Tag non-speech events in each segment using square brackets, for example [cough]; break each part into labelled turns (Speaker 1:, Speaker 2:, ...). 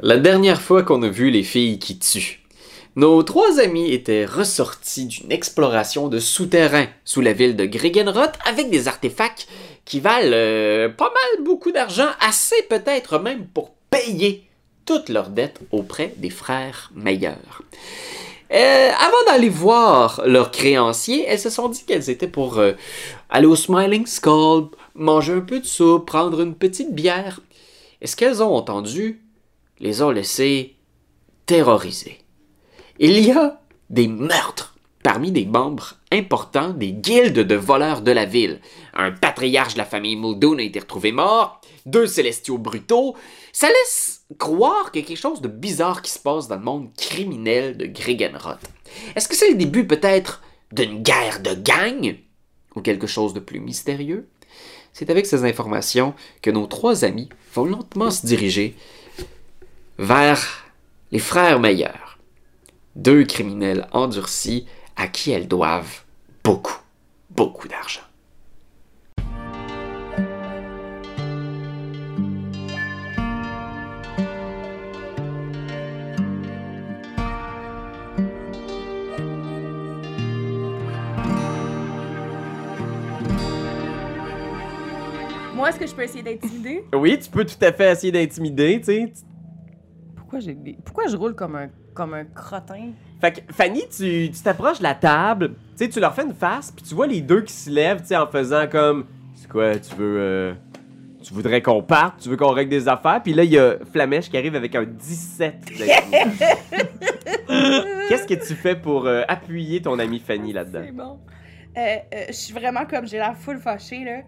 Speaker 1: La dernière fois qu'on a vu les filles qui tuent, nos trois amis étaient ressortis d'une exploration de souterrain sous la ville de Gregenroth avec des artefacts qui valent euh, pas mal beaucoup d'argent, assez peut-être même pour payer toutes leurs dettes auprès des frères meilleurs. Euh, avant d'aller voir leurs créanciers, elles se sont dit qu'elles étaient pour euh, aller au Smiling Skull, manger un peu de soupe, prendre une petite bière. Et ce qu'elles ont entendu les ont laissés terrorisés. Il y a des meurtres parmi des membres importants des guildes de voleurs de la ville. Un patriarche de la famille Muldoon a été retrouvé mort, deux célestiaux brutaux. Ça laisse croire qu'il y a quelque chose de bizarre qui se passe dans le monde criminel de Gregenroth. Est-ce que c'est le début peut-être d'une guerre de gang ou quelque chose de plus mystérieux? C'est avec ces informations que nos trois amis vont lentement se diriger vers les frères Meilleurs, deux criminels endurcis à qui elles doivent beaucoup, beaucoup d'argent.
Speaker 2: Moi, est-ce que je peux essayer d'intimider?
Speaker 3: Oui, tu peux tout à fait essayer d'intimider, tu sais. Tu-
Speaker 2: Pourquoi, j'ai des- Pourquoi je roule comme un, comme un crottin?
Speaker 3: Fait que, Fanny, tu tu t'approches de la table, tu sais, tu leur fais une face, puis tu vois les deux qui se lèvent, tu sais, en faisant comme. C'est quoi, tu veux. euh, tu voudrais qu'on parte, tu veux qu'on règle des affaires, puis là, il y a Flamèche qui arrive avec un 17. d'intimidation. Qu'est-ce que tu fais pour euh, appuyer ton ami Fanny là-dedans?
Speaker 2: C'est bon.
Speaker 4: Euh, euh, je suis vraiment comme, j'ai la foule fâchée, là.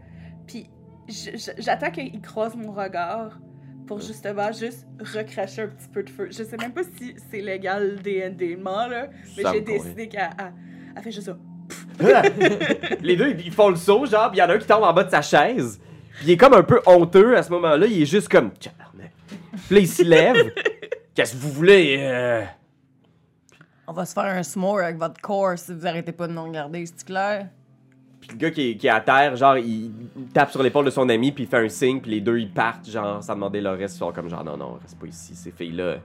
Speaker 4: Puis je- je- j'attends qu'il croise mon regard pour justement juste recracher un petit peu de feu. Je sais même pas si c'est légal D&D, là, mais
Speaker 3: Ça me
Speaker 4: j'ai
Speaker 3: convient.
Speaker 4: [laughs] décidé qu'elle elle- elle fait juste ça.
Speaker 3: [laughs] les deux, ils font le saut, genre, pis y en a un qui tombe en bas de sa chaise. Pis il est comme un peu honteux à ce moment-là, il est juste comme. Tabarnak. Pis là, il
Speaker 4: [laughs]
Speaker 3: se lève. Qu'est-ce que vous voulez? euh?
Speaker 2: On va se faire un s'more avec votre corps si vous arrêtez pas de nous regarder, c'est clair?
Speaker 3: Pis le gars qui est, qui est à terre, genre, il tape sur l'épaule de son ami, pis il fait un signe, pis les deux, ils partent, genre, sans demander leur reste. Ils sont comme, genre, non, non, reste pas ici, ces filles-là,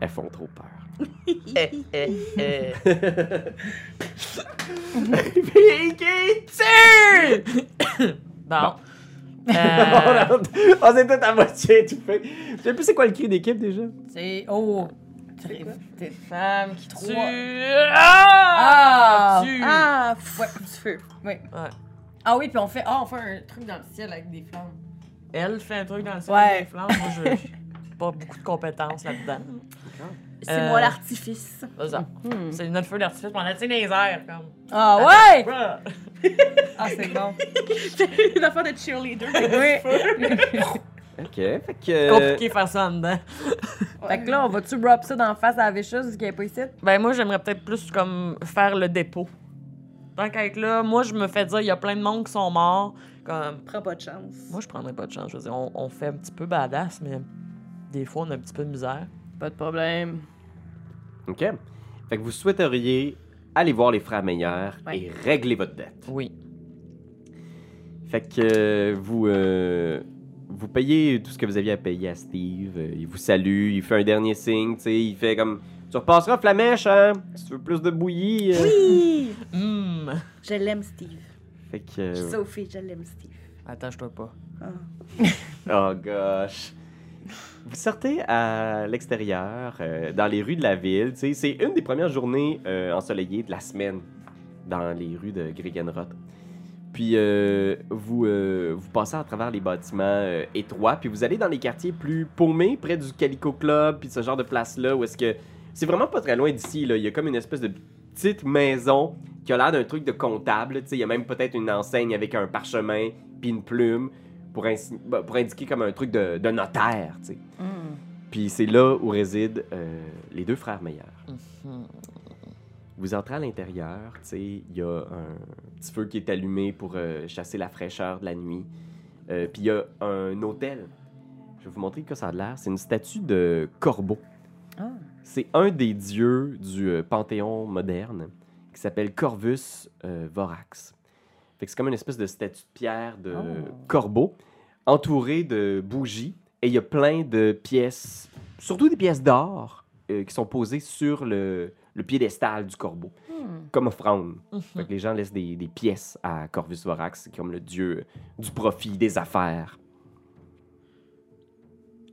Speaker 3: elles font trop peur.
Speaker 5: Pikachu! bon.
Speaker 3: [laughs] On
Speaker 5: Euh,
Speaker 3: est- On s'est tout à moitié étouffés. Je sais plus c'est quoi le cri d'équipe déjà.
Speaker 5: c'est. Oh! T'es femme qui tue.
Speaker 2: Trois.
Speaker 5: Ah!
Speaker 2: Ah!
Speaker 5: Tu-
Speaker 4: Ah, f- ouais, petit feu. Oui.
Speaker 2: Ah oui, puis on fait, ah, on fait un truc dans le ciel avec des flammes.
Speaker 5: Elle fait un truc dans le ciel
Speaker 2: Ouais.
Speaker 5: des flammes. Moi, je j'ai pas beaucoup de compétences là-dedans.
Speaker 4: C'est
Speaker 5: Euh,
Speaker 4: moi l'artifice.
Speaker 5: C'est ça.
Speaker 2: Hmm.
Speaker 5: C'est notre feu d'artifice, mais on a tiré les airs, comme.
Speaker 2: Ah ouais!
Speaker 5: Bruh.
Speaker 2: Ah, c'est
Speaker 4: [laughs]
Speaker 2: bon.
Speaker 4: Une affaire de cheerleader.
Speaker 2: [laughs] Oui.
Speaker 3: Ok, fait que.
Speaker 5: Compliqué faire ça en dedans.
Speaker 2: Fait que là, on va-tu rub ça dans la face à la Vicious qui est pas ici?
Speaker 5: Ben, moi, j'aimerais peut-être plus, comme, faire le dépôt. Tant qu'à être là, moi, je me fais dire, il y a plein de monde qui sont morts. Comme,
Speaker 4: Prends pas de chance.
Speaker 5: moi, je prendrais pas de chance. Je veux dire, on, on fait un petit peu badass, mais des fois, on a un petit peu de misère.
Speaker 2: Pas de problème.
Speaker 3: OK. Fait que vous souhaiteriez aller voir les frères meilleurs
Speaker 2: Ouais.
Speaker 3: et régler votre dette.
Speaker 5: Oui.
Speaker 3: Fait que euh, vous, euh, vous payez tout ce que vous aviez à payer à Steve. euh, Il vous salue, il fait un dernier signe, tu sais, il fait comme... Tu repasseras Flamèche, hein? Si tu veux plus de bouillie. euh.
Speaker 4: Oui!
Speaker 5: Hum.
Speaker 4: Je l'aime, Steve.
Speaker 3: Fait que... euh,
Speaker 4: Je dis ça aux filles, je l'aime, Steve.
Speaker 5: Attache-toi pas.
Speaker 4: Ah.
Speaker 3: Oh gosh. Vous sortez à l'extérieur, euh, dans les rues de la ville. tu sais, C'est une des premières journées euh, ensoleillées de la semaine dans les rues de Gregenroth. Puis euh, vous, euh, vous passez à travers les bâtiments euh, étroits, puis vous allez dans les quartiers plus paumés, près du Calico Club, puis ce genre de place-là, où est-ce que... C'est vraiment pas très loin d'ici, là. Il y a comme une espèce de petite maison qui a l'air d'un truc de comptable. tu sais, Il y a même peut-être une enseigne avec un parchemin, puis une plume pour, insi- bah, pour indiquer comme un truc de, de notaire, tu sais.
Speaker 2: Hmm.
Speaker 3: Puis c'est là où résident euh, les deux frères meilleurs.
Speaker 5: Mhm.
Speaker 3: Vous entrez à l'intérieur, tu sais, il y a un petit feu qui est allumé pour euh, chasser la fraîcheur de la nuit. Euh, Puis il y a un hôtel. Je vais vous montrer de quoi ça a l'air. C'est une statue de corbeau.
Speaker 2: Ah.
Speaker 3: C'est un des dieux du euh, panthéon moderne qui s'appelle Corvus euh, Vorax. Fait que c'est comme une espèce de statue de pierre de
Speaker 2: Oh.
Speaker 3: corbeau entourée de bougies et il y a plein de pièces surtout des pièces d'or euh, qui sont posées sur le, le piédestal du corbeau,
Speaker 2: Hmm.
Speaker 3: comme offrande.
Speaker 2: Mhm.
Speaker 3: Fait que les gens laissent des, des pièces à Corvus Vorax, comme le dieu du profit, des affaires.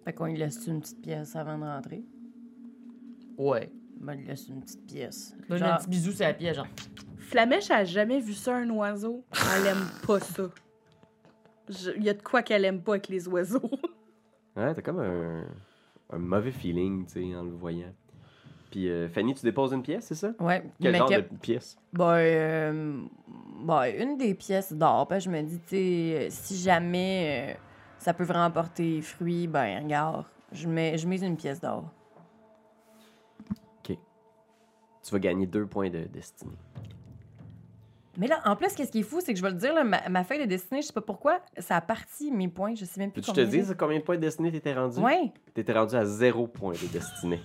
Speaker 2: Fait qu'on lui laisse une petite pièce avant de rentrer.
Speaker 5: Ouais.
Speaker 2: Ben, lui laisse une petite pièce.
Speaker 5: Donne un
Speaker 2: Genre,
Speaker 5: petit bisou sur la pièce, genre.
Speaker 4: Flamèche a jamais vu ça, un oiseau. Elle aime pas ça. Je- Il y a de quoi qu'elle aime pas avec les
Speaker 3: [laughs]
Speaker 4: oiseaux.
Speaker 3: Ouais, t'as comme un, un mauvais feeling, tu sais, en le voyant. Puis euh, Fanny, tu déposes une pièce, c'est ça?
Speaker 2: ouais,
Speaker 3: Quel
Speaker 2: mais
Speaker 3: genre
Speaker 2: que-
Speaker 3: de pièce?
Speaker 2: Ben, euh, ben, une des pièces d'or. Ben, je me dis, tu sais, euh, si jamais euh, ça peut vraiment porter fruit, ben, regarde, je mets, je mets une pièce d'or.
Speaker 3: Tu vas gagner deux points de destinée.
Speaker 2: Mais là, en plus, qu'est-ce qui est fou, c'est que je vais le dire, là, ma, ma feuille de destinée, je sais pas pourquoi, ça a parti mes points, je sais même plus
Speaker 3: Peux-tu te
Speaker 2: combien
Speaker 3: dire
Speaker 2: j'ai.
Speaker 3: à combien de points de destinée t'étais rendu?
Speaker 2: Ouais.
Speaker 3: T'étais rendu à zéro point de destinée.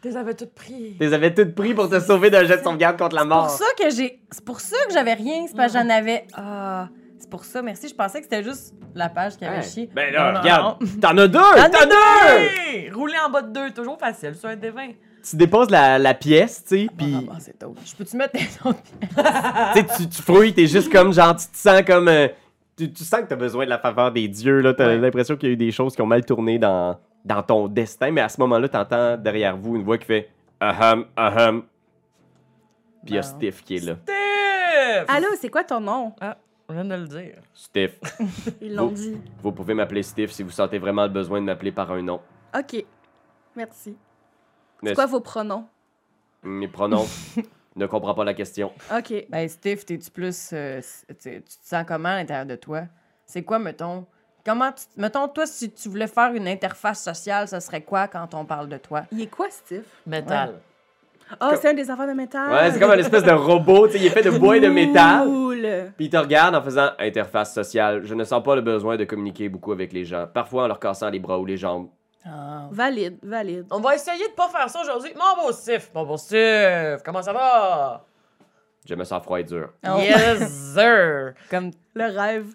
Speaker 5: T'es avais tout pris.
Speaker 3: T'es avais toutes pris pour te sauver d'un jet de sauvegarde contre la
Speaker 2: C'est pour
Speaker 3: mort. Mm-hmm.
Speaker 2: ça que j'ai. C'est pour ça que j'avais rien. C'est parce que j'en avais. Ah, c'est pour ça. Merci. Je pensais que c'était juste la page qui avait
Speaker 3: Hey,
Speaker 2: chié.
Speaker 3: Ben là,
Speaker 2: Non, non,
Speaker 3: regarde,
Speaker 2: non.
Speaker 3: t'en as deux!
Speaker 2: T'en as
Speaker 3: T'en as deux!
Speaker 5: Hey! Rouler en bas de deux, toujours facile, sur un des 20.
Speaker 3: Tu déposes la, la pièce, tu sais,
Speaker 2: Ah,
Speaker 3: puis
Speaker 2: bon, c'est tôt. Je peux-tu mettre tes autres Ah.
Speaker 3: tu sais, tu- tu frouilles, t'es juste comme genre, tu te sens comme. euh, tu, tu sens que t'as besoin de la faveur des dieux, là. T'as
Speaker 2: Ouais.
Speaker 3: l'impression qu'il y a eu des choses qui ont mal tourné dans, dans ton destin, mais à ce moment-là, t'entends derrière vous une voix qui fait Aham, aham. Puis il y a
Speaker 2: Bon.
Speaker 3: Stiff qui est là.
Speaker 5: Steph!
Speaker 4: Allô, c'est quoi ton nom?
Speaker 5: On vient de le dire.
Speaker 3: Stiff,
Speaker 4: Ils l'ont
Speaker 3: Oh.
Speaker 4: dit.
Speaker 3: vous pouvez m'appeler Stiff si vous sentez vraiment le besoin de m'appeler par un nom.
Speaker 4: Ok. Merci.
Speaker 3: Mais-
Speaker 4: C'est quoi vos pronoms?
Speaker 3: Mes pronoms.
Speaker 2: [laughs]
Speaker 3: ne comprends pas la question.
Speaker 4: Ok.
Speaker 2: Ben, Steve, t'es-tu plus. euh, s- tu sais, tu te sens comment à l'intérieur de toi? C'est quoi, mettons? Comment tu. Mettons, toi, si tu voulais faire une interface sociale, ça serait quoi quand on parle de toi?
Speaker 4: Il est quoi, Steve?
Speaker 5: Métal.
Speaker 4: Ah,
Speaker 3: Comme-
Speaker 4: c'est un des enfants de métal.
Speaker 3: Ouais, c'est comme une espèce de robot, tu sais, il est fait de bois et de métal.
Speaker 4: Cool.
Speaker 3: Puis il te regarde en faisant interface sociale. Je ne sens pas le besoin de communiquer beaucoup avec les gens, parfois en leur cassant les bras ou les jambes.
Speaker 2: Ah.
Speaker 4: Valide, valide.
Speaker 5: On va essayer de pas faire ça aujourd'hui. Mon beau Steph! Mon beau Steph! Comment ça va?
Speaker 3: Je me sens froid et dur.
Speaker 5: [laughs]
Speaker 2: Oh,
Speaker 5: Yes, sir!
Speaker 2: Comme.
Speaker 4: Le rêve.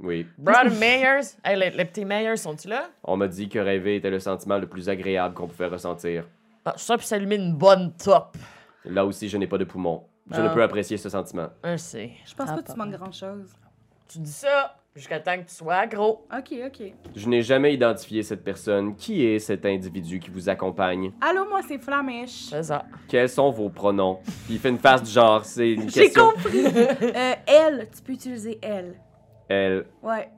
Speaker 3: Oui.
Speaker 5: Brad Mayers? Hey, les, les petits Mayers sont-ils là?
Speaker 3: On m'a dit que rêver était le sentiment le plus agréable qu'on pouvait ressentir.
Speaker 5: Ah, ça, puis s'allumer une bonne top.
Speaker 3: Là aussi, je n'ai pas de poumons. Je
Speaker 2: Ah.
Speaker 3: ne peux apprécier ce sentiment.
Speaker 5: Merci.
Speaker 4: Je pense
Speaker 2: Ah,
Speaker 4: pas que
Speaker 2: pas
Speaker 4: tu manques grand-chose.
Speaker 5: Tu dis ça jusqu'à temps que tu sois agro.
Speaker 4: Ok, ok.
Speaker 3: Je n'ai jamais identifié cette personne. Qui est cet individu qui vous accompagne?
Speaker 4: Allô, moi, c'est Flamèche.
Speaker 5: C'est ça.
Speaker 3: Quels sont vos pronoms? Puis il fait une face du genre, c'est une
Speaker 4: J'ai
Speaker 3: question.
Speaker 4: compris. Euh, elle, tu peux utiliser elle.
Speaker 3: Elle,
Speaker 4: Ouais.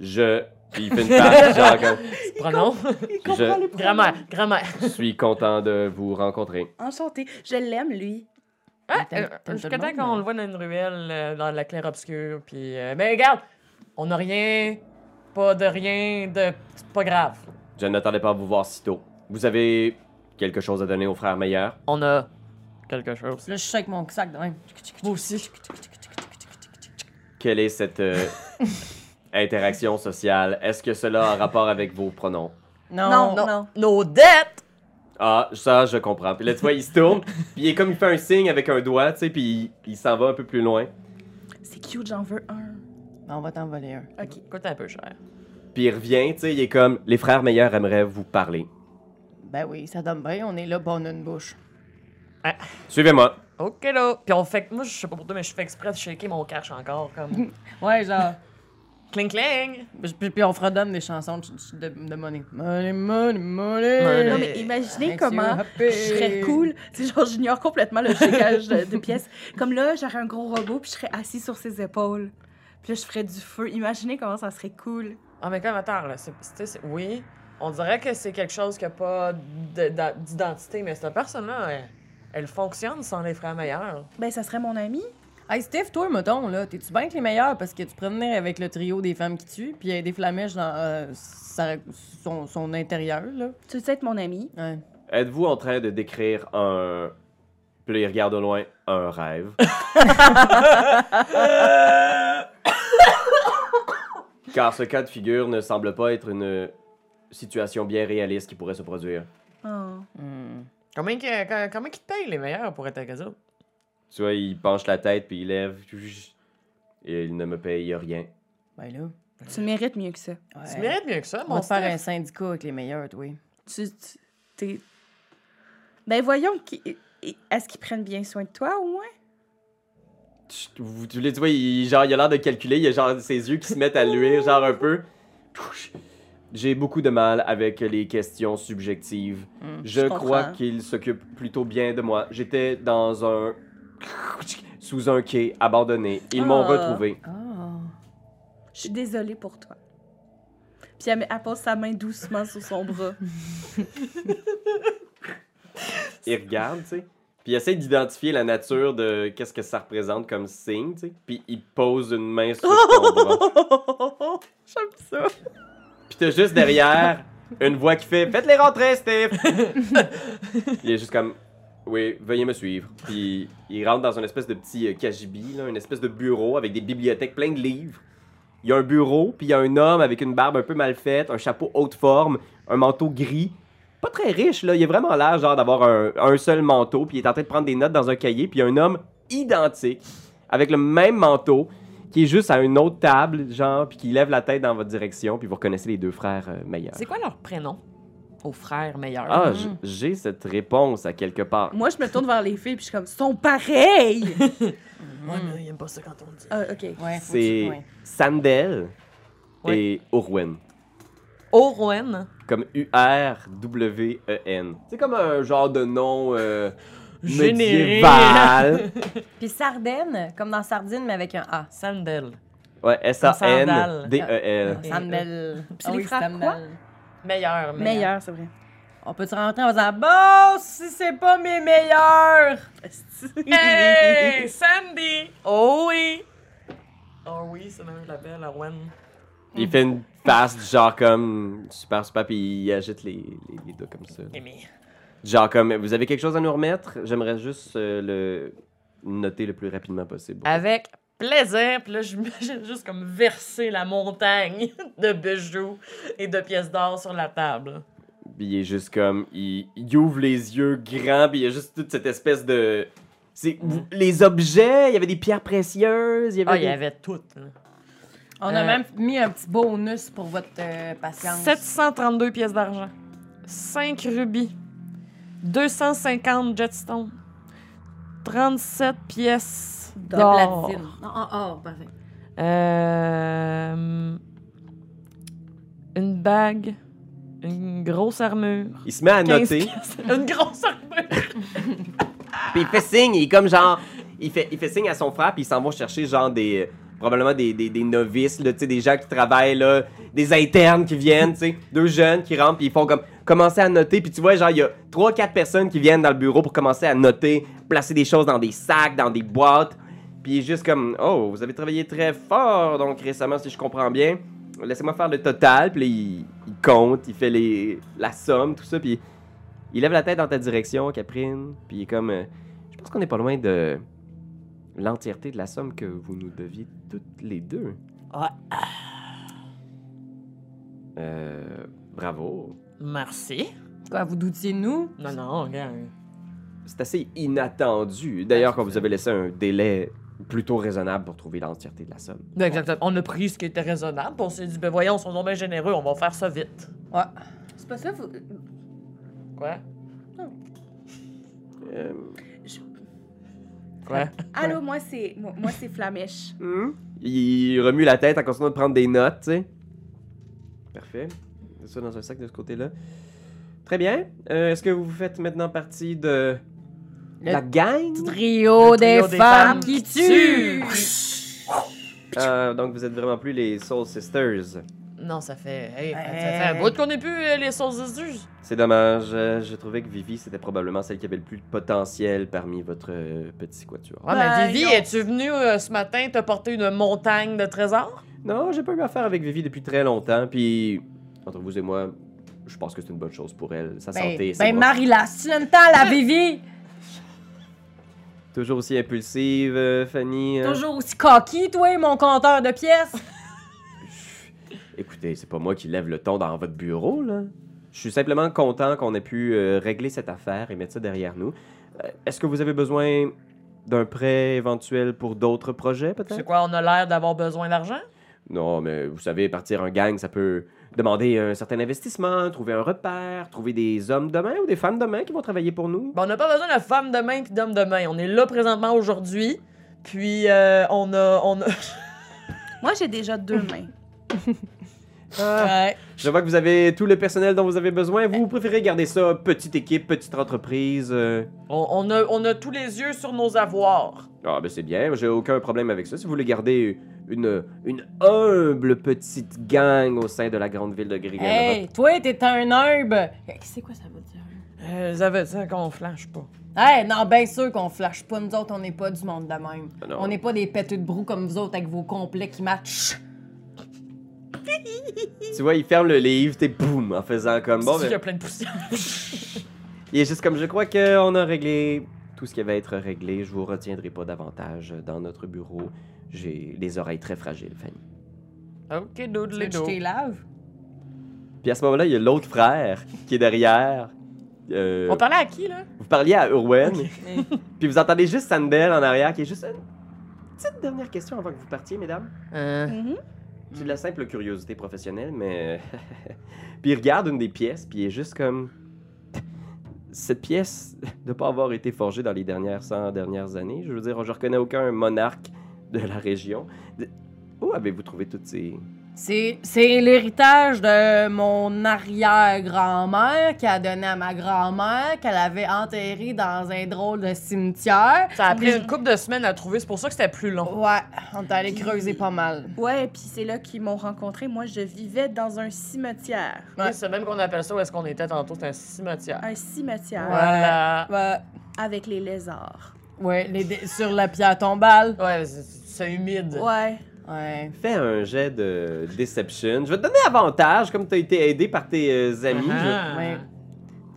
Speaker 3: je. Puis il fait une face du genre comme,
Speaker 5: Pronom?
Speaker 4: Il
Speaker 3: comprend
Speaker 4: les
Speaker 5: [laughs] Grammaire, grammaire.
Speaker 3: je suis content de vous rencontrer.
Speaker 4: Enchanté. Je l'aime, lui.
Speaker 5: Ah,
Speaker 2: t'aimes-
Speaker 5: euh,
Speaker 2: t'aimes tout
Speaker 5: jusqu'à
Speaker 2: le
Speaker 5: temps
Speaker 2: monde,
Speaker 5: qu'on le voit
Speaker 2: mais-
Speaker 5: dans une ruelle, euh, dans la claire-obscure, puis... euh, mais regarde, on n'a rien, pas de rien, de... C'est pas grave.
Speaker 3: Je n'attendais pas à vous voir si tôt. Vous avez quelque chose à donner au frère meilleur?
Speaker 5: On a quelque chose.
Speaker 2: Là, je suis avec mon sac de même.
Speaker 5: Moi aussi.
Speaker 3: Quelle est cette euh, interaction sociale? Est-ce que cela a un rapport avec vos pronoms?
Speaker 2: Non,
Speaker 4: non, non.
Speaker 5: Non. Nos dettes!
Speaker 3: Ah, ça, je comprends. Puis là, tu vois, il se tourne, puis il est comme il fait un signe avec un doigt, tu sais, puis il, il s'en va un peu plus loin.
Speaker 4: C'est cute, j'en veux un.
Speaker 2: Ben, on va t'en voler un.
Speaker 4: Ok.
Speaker 5: Coûte un peu cher.
Speaker 3: Puis il revient, tu sais, il est comme les frères meilleurs aimeraient vous parler.
Speaker 2: Ben oui, ça donne bien. On est là, bon, on a une bouche.
Speaker 3: Suivez-moi.
Speaker 5: OK, là. Puis on fait... Moi, je sais pas pour toi, mais je fais exprès de shaker mon cash encore, comme...
Speaker 2: [laughs] Ouais, genre.
Speaker 5: cling, cling!
Speaker 2: puis, puis- puis on fredonne des chansons de, de, de money. Money, money, money.
Speaker 5: Money.
Speaker 4: Non, mais imaginez
Speaker 2: Makes
Speaker 4: comment
Speaker 2: you happy.
Speaker 4: je serais cool. C'est genre, j'ignore complètement le chocage de, de pièces. Comme là, j'aurais un gros robot, puis je serais assis sur ses épaules. Puis là, je ferais du feu. Imaginez comment ça serait cool.
Speaker 5: Ah, mais comme, attends, là, c'est... c'est- c'est- Oui, on dirait que c'est quelque chose qui a pas de- d'a- d'identité, mais cette personne-là, elle, elle fonctionne sans les frères meilleurs.
Speaker 4: Ben, ça serait mon ami.
Speaker 2: Hey Steph, toi, mettons, là, t'es-tu bien que les meilleurs parce que tu pourrais venir avec le trio des femmes qui tuent, puis il y a des flamèches dans euh, sa- son, son intérieur, là?
Speaker 4: Tu veux être mon ami?
Speaker 2: Ouais.
Speaker 3: Êtes-vous en train de décrire un. Puis là, il regarde au loin un rêve. Car ce cas de figure ne semble pas être une situation bien réaliste qui pourrait se produire.
Speaker 4: Oh.
Speaker 2: Hmm.
Speaker 5: Combien, que- co- combien qu'ils te payent les meilleurs pour être à Gaza?
Speaker 3: Tu vois, il penche la tête, puis il lève. Et il ne me paye rien.
Speaker 2: Ben là.
Speaker 4: Tu mérites mieux que ça.
Speaker 2: ouais.
Speaker 5: Tu mérites mieux que ça,
Speaker 2: On va
Speaker 5: mon
Speaker 2: te faire un
Speaker 5: frère.
Speaker 2: syndicat avec les meilleurs, toi.
Speaker 4: Tu, tu- t'es- Ben voyons, qui- est-ce qu'ils prennent bien soin de toi au moins?
Speaker 3: Tu, vous- tu les- tu vois, il, genre, il a l'air de calculer, il a genre ses yeux qui se mettent à luire, genre un peu. J'ai beaucoup de mal avec les questions subjectives.
Speaker 2: Mm,
Speaker 3: Je
Speaker 4: Hmm, je
Speaker 3: crois
Speaker 4: comprends.
Speaker 3: qu'il s'occupe plutôt bien de moi. J'étais dans un. sous un quai, abandonné. Ils m'ont
Speaker 4: Ah.
Speaker 3: retrouvé.
Speaker 2: Ah.
Speaker 4: Je suis désolée pour toi. Puis elle, met- elle pose sa main doucement sur son bras.
Speaker 3: il regarde, tu sais. Puis il essaie d'identifier la nature de qu'est-ce que ça représente comme signe, tu sais. Puis il pose une main sur ton bras.
Speaker 4: [laughs] J'aime ça.
Speaker 3: Puis t'as juste derrière une voix qui fait Faites-les rentrer, Steve Il est juste comme Oui, veuillez me suivre. Puis il rentre dans une espèce de petit euh, cagibi, là, une espèce de bureau avec des bibliothèques pleines de livres. Il y a un bureau, puis il y a un homme avec une barbe un peu mal faite, un chapeau haute forme, un manteau gris. Pas très riche, là. Il est vraiment l'air, genre, d'avoir un, un seul manteau, puis il est en train de prendre des notes dans un cahier, puis il y a un homme identique, avec le même manteau, qui est juste à une autre table, genre, puis qui lève la tête dans votre direction, puis vous reconnaissez les deux frères euh, Meilleur.
Speaker 5: C'est quoi leur prénom? Aux frères meilleurs.
Speaker 3: Ah, j- j'ai cette réponse à quelque part.
Speaker 4: Moi, je me tourne vers les filles, puis je suis comme, sont pareils!
Speaker 5: Moi, là, il aime pas ça quand on le dit.
Speaker 4: ah, ok.
Speaker 2: Ouais, faut que
Speaker 3: C'est
Speaker 2: tu- ouais.
Speaker 3: Sandel
Speaker 5: Ouais.
Speaker 3: et Orwen.
Speaker 5: Orwen.
Speaker 3: Comme U-R-W-E-N. E C'est comme un genre de nom euh,
Speaker 5: Générique.
Speaker 3: médiéval.
Speaker 2: Puis sardine, comme dans sardine, mais avec un A.
Speaker 5: Sandel.
Speaker 3: Ouais, E S-A-N-D-E-L.
Speaker 5: Et-
Speaker 2: Sandel.
Speaker 4: Puis les frères quoi?
Speaker 5: Meilleur, meilleur.
Speaker 4: Meilleur, c'est vrai.
Speaker 2: On peut-tu rentrer en faisant Bon, si c'est pas mes meilleurs!
Speaker 5: Hey, Sandy! Oh oui! Oh oui, c'est même la belle Orwen.
Speaker 3: Il fait une face du genre comme super super puis il agite les, les, les doigts comme ça.
Speaker 5: Gimme.
Speaker 3: Genre comme vous avez quelque chose à nous remettre J'aimerais juste euh, le noter le plus rapidement possible.
Speaker 5: Avec plaisir, puis là, j'imagine [laughs] juste comme verser la montagne [laughs] de bijoux et de pièces d'or sur la table.
Speaker 3: Puis il est juste comme il, il ouvre les yeux grands puis il y a juste toute cette espèce de c'est vous- les objets, il y avait des pierres précieuses, il y avait
Speaker 5: Mm-hmm. Ah, il y
Speaker 3: des-
Speaker 5: avait tout. là.
Speaker 2: On
Speaker 5: Euh,
Speaker 2: a même mis un petit bonus pour votre euh, patience.
Speaker 5: 732 pièces d'argent, 5 rubis, 250 jetstones, 37 pièces
Speaker 2: de
Speaker 5: d'or.
Speaker 2: platine. Non, oh, oh, parfait.
Speaker 5: Euh, une bague, une grosse armure.
Speaker 3: Il se met à
Speaker 5: 15
Speaker 3: noter.
Speaker 5: pièces. une grosse armure.
Speaker 3: [laughs] Puis il fait signe, il est comme genre. Il fait, il fait signe à son frère, puis il s'en va chercher genre des. Probablement des, des, des novices, là, tu sais, des gens qui travaillent, là, des internes qui viennent, tu sais, deux jeunes qui rentrent, puis ils font comme commencer à noter, puis tu vois, genre, il y a trois, quatre personnes qui viennent dans le bureau pour commencer à noter, placer des choses dans des sacs, dans des boîtes, puis il est juste comme, oh, vous avez travaillé très fort, donc récemment, si je comprends bien, laissez-moi faire le total, puis là, il, il compte, il fait les, la somme, tout ça, puis il lève la tête dans ta direction, Caprine, puis il est comme. euh, je pense qu'on n'est pas loin de l'entièreté de la somme que vous nous deviez toutes les deux.
Speaker 5: Ouais.
Speaker 3: Euh, bravo.
Speaker 5: Merci.
Speaker 2: Quoi, Bah, vous doutiez de nous?
Speaker 5: Non, non, regarde.
Speaker 3: C'est assez inattendu. D'ailleurs, quand vous avez laissé un délai plutôt raisonnable pour trouver l'entièreté de la somme.
Speaker 5: Ben, Exactement. On a pris ce qui était raisonnable. puis On s'est dit, ben voyons, ils sont donc bien généreux, on va faire ça vite.
Speaker 2: Ouais.
Speaker 4: [laughs] C'est pas ça, vous...
Speaker 5: Quoi?
Speaker 3: Euh,
Speaker 5: Quoi?
Speaker 4: Allô, moi, c'est... Moi, moi, c'est Flamèche.
Speaker 3: Hmm? Il remue la tête en continuant de prendre des notes, tu sais. Parfait. C'est ça dans un sac de ce côté-là. Très bien. Euh, Est-ce que vous faites maintenant partie de
Speaker 2: Le-
Speaker 3: la gang?
Speaker 2: Trio,
Speaker 5: Le trio
Speaker 2: des,
Speaker 5: des
Speaker 2: femmes,
Speaker 5: femmes
Speaker 2: qui
Speaker 5: qui
Speaker 2: tuent!
Speaker 3: Euh, donc vous êtes vraiment plus les Soul Sisters.
Speaker 5: Non, ça fait. hey,
Speaker 2: Hey.
Speaker 5: Ça fait un bout qu'on ait plus euh, les sauces Zeus.
Speaker 3: C'est dommage. euh, je trouvais que Vivi, c'était probablement celle qui avait le plus de potentiel parmi votre euh, petit quatuor.
Speaker 5: Ouais,
Speaker 4: Ben,
Speaker 5: mais Vivi,
Speaker 4: non.
Speaker 5: es-tu venue euh, ce matin te porter une montagne de trésors?
Speaker 3: Non, j'ai pas eu affaire avec Vivi depuis très longtemps, puis entre vous et moi, je pense que c'est une bonne chose pour elle. Sa santé,
Speaker 2: Ben,
Speaker 3: c'est
Speaker 2: ben Marie-La, si tu l'entends, la Vivi!
Speaker 3: Toujours aussi impulsive, euh, Fanny. hein.
Speaker 2: Toujours aussi coquille, toi, mon compteur de pièces!
Speaker 3: Écoutez, c'est pas moi qui lève le ton dans votre bureau, là. Je suis simplement content qu'on ait pu euh, régler cette affaire et mettre ça derrière nous. Euh, Est-ce que vous avez besoin d'un prêt éventuel pour d'autres projets, peut-être?
Speaker 5: C'est quoi, on a l'air d'avoir besoin d'argent?
Speaker 3: Non, mais vous savez, partir en gang, ça peut demander un certain investissement, trouver un repère, trouver des hommes de main ou des femmes de main qui vont travailler pour nous.
Speaker 5: Ben, on n'a pas besoin de femmes de main puis d'hommes de main. On est là présentement aujourd'hui. Puis euh, on a. On a... [laughs]
Speaker 4: Moi, j'ai déjà deux mains.
Speaker 3: Ah,
Speaker 2: Euh,
Speaker 5: Ouais.
Speaker 3: je vois que vous avez tout le personnel dont vous avez besoin. Vous préférez garder ça petite équipe, petite entreprise. euh.
Speaker 5: On, on a, on a tous les yeux sur nos avoirs.
Speaker 3: Ah, ben c'est bien, j'ai aucun problème avec ça. Si vous voulez garder une, une humble petite gang au sein de la grande ville de Grigan.
Speaker 2: Hey, toi, t'es un humble! C'est quoi ça veut dire?
Speaker 5: Euh, ça veut dire qu'on flanche pas.
Speaker 2: Hey, non, bien sûr qu'on flash pas. Nous autres, on n'est pas du monde de même.
Speaker 3: Ah non.
Speaker 2: On n'est pas des pétus de brou comme vous autres avec vos complets qui matchent.
Speaker 3: Tu vois, il ferme le livre, t'es boum, en faisant comme bon.
Speaker 5: Il y
Speaker 3: ben,
Speaker 5: a plein de poussière.
Speaker 3: il est juste comme je crois qu'on a réglé tout ce qui va être réglé. Je vous retiendrai pas davantage dans notre bureau. J'ai les oreilles très fragiles, Fanny.
Speaker 5: ok,
Speaker 2: Tu
Speaker 5: doodle
Speaker 2: veux
Speaker 5: les
Speaker 2: que je t'y lave?
Speaker 3: Puis à ce moment-là, il y a l'autre frère qui est derrière. Euh,
Speaker 5: On parlait à qui, là?
Speaker 3: Vous parliez à Urwen. [laughs] Puis vous entendez juste Sandel en arrière qui est juste une petite dernière question avant que vous partiez, mesdames.
Speaker 5: Euh.
Speaker 4: Mhm.
Speaker 3: C'est de la simple curiosité professionnelle, mais. [laughs] puis il regarde une des pièces, puis il est juste comme. [laughs] Cette pièce, de pas avoir été forgée dans les dernières 100 dernières années, je veux dire, je reconnais aucun monarque de la région. De- Où avez-vous trouvé toutes ces.
Speaker 2: C'est c'est l'héritage de mon arrière-grand-mère qui a donné à ma grand-mère, qu'elle avait enterrée dans un drôle de cimetière.
Speaker 5: Ça a pris une couple de semaines à trouver, c'est pour ça que c'était plus long.
Speaker 2: Ouais, on est allé creuser pas mal.
Speaker 4: Ouais, puis c'est là qu'ils m'ont rencontré. Moi, je vivais dans un cimetière.
Speaker 2: Ouais.
Speaker 5: Oui, C'est même qu'on appelle ça où est-ce qu'on était tantôt, c'est un cimetière.
Speaker 4: Un cimetière
Speaker 2: Ouais.
Speaker 5: Voilà.
Speaker 2: Ouais,
Speaker 4: avec les lézards.
Speaker 2: ouais les dé- sur la pierre tombale.
Speaker 5: Ouais, c'est- c'est humide.
Speaker 4: Ouais.
Speaker 2: Ouais.
Speaker 3: Fais un jet de Deception. Je vais te donner avantage, comme tu as été aidé par tes euh, amis. je-
Speaker 5: Ah.
Speaker 2: Ouais.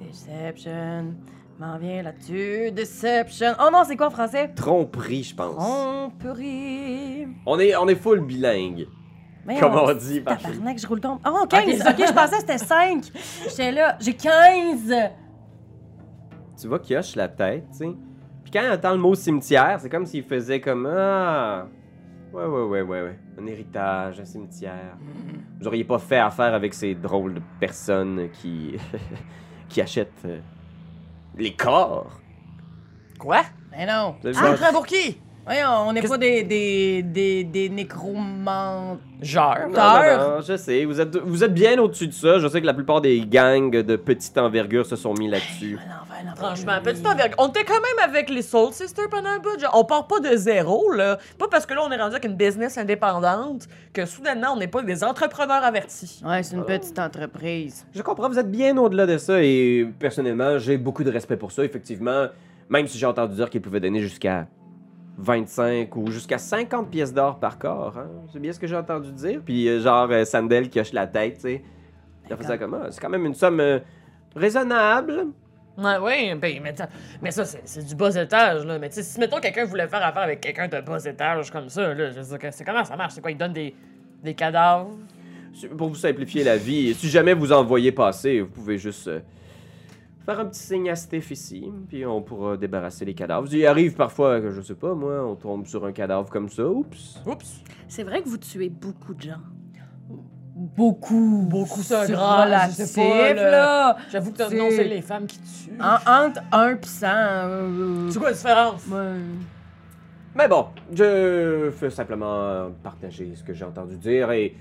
Speaker 2: Deception. M'en viens là-dessus. Deception. Oh non, c'est quoi en français?
Speaker 3: Tromperie, je pense.
Speaker 5: Oh.
Speaker 2: Tromperie.
Speaker 3: On est, on est full bilingue,
Speaker 5: Eh
Speaker 2: Mais
Speaker 3: comme
Speaker 5: oh,
Speaker 2: on-
Speaker 3: on dit. par chez-
Speaker 2: Tabarnak, je roule tombe. Oh, 15! Ok, je pensais que c'était 5. J'étais là, j'ai 15!
Speaker 3: tu vois qu'il hoche la tête, tu sais. Puis quand il entend le mot cimetière, c'est comme s'il faisait comme Ah. Ouais, ouais, ouais, ouais, ouais. Un héritage, un cimetière. Vous auriez pas fait affaire avec ces drôles de personnes qui. [laughs] qui achètent. euh, les corps.
Speaker 5: Quoi?
Speaker 2: Mais non.
Speaker 3: Vous avez
Speaker 5: Ah,
Speaker 3: vu ça?
Speaker 5: prends pour qui?
Speaker 2: Voyons, on n'est
Speaker 5: Qu'est-ce-
Speaker 2: pas des, des, des, des nécromantes.
Speaker 5: Genre.
Speaker 3: Non,
Speaker 2: Terre.
Speaker 3: non, non, je sais, vous êtes, vous êtes bien au-dessus de ça. Je sais que la plupart des gangs de petite envergure se sont mis là-dessus.
Speaker 2: Mais non, va, non, va,
Speaker 5: Franchement,
Speaker 2: oui.
Speaker 5: petite envergure. On était quand même avec les Soul Sisters pendant un bout. genre, on part pas de zéro, là. Pas parce que là, on est rendu avec une business indépendante que soudainement, on n'est pas des entrepreneurs avertis.
Speaker 2: Ouais, c'est une petite entreprise.
Speaker 3: Je comprends, vous êtes bien au-delà de ça et personnellement, j'ai beaucoup de respect pour ça, effectivement. Même si j'ai entendu dire qu'ils pouvaient donner jusqu'à 25 ou jusqu'à 50 pièces d'or par corps, hein. c'est bien ce que j'ai entendu dire. Puis euh, genre euh, Sandel qui hoche la tête, tu sais. Il a fait ça comme Ah, c'est quand même une somme euh, raisonnable.
Speaker 5: Ouais, oui, ben, mais, t'as- mais ça, c'est c'est du bas étage, là. Mais tu sais, si, mettons, quelqu'un voulait faire affaire avec quelqu'un de bas étage comme ça, là, je veux dire que c'est comment ça marche? C'est quoi? Ils donnent des, des cadavres?
Speaker 3: Si- Pour vous simplifier la vie, si jamais vous en voyez passer, vous pouvez juste euh, faire un petit signe à Steph ici, puis on pourra débarrasser les cadavres. Il arrive parfois que, je sais pas, moi, on tombe sur un cadavre comme ça, oups.
Speaker 5: Oups!
Speaker 4: C'est vrai que vous tuez beaucoup de gens.
Speaker 2: Beaucoup, beaucoup,
Speaker 5: c'est un
Speaker 2: sur-
Speaker 5: grand,
Speaker 2: relatif,
Speaker 5: je sais pas, là.
Speaker 2: là.
Speaker 5: J'avoue que t'as
Speaker 2: C'est- Ah,
Speaker 5: non, c'est les femmes qui tuent.
Speaker 2: En- entre 1 pis 100. euh,
Speaker 5: C'est quoi la différence?
Speaker 2: ouais.
Speaker 3: Mais bon, je fais simplement euh, partager ce que j'ai entendu dire et.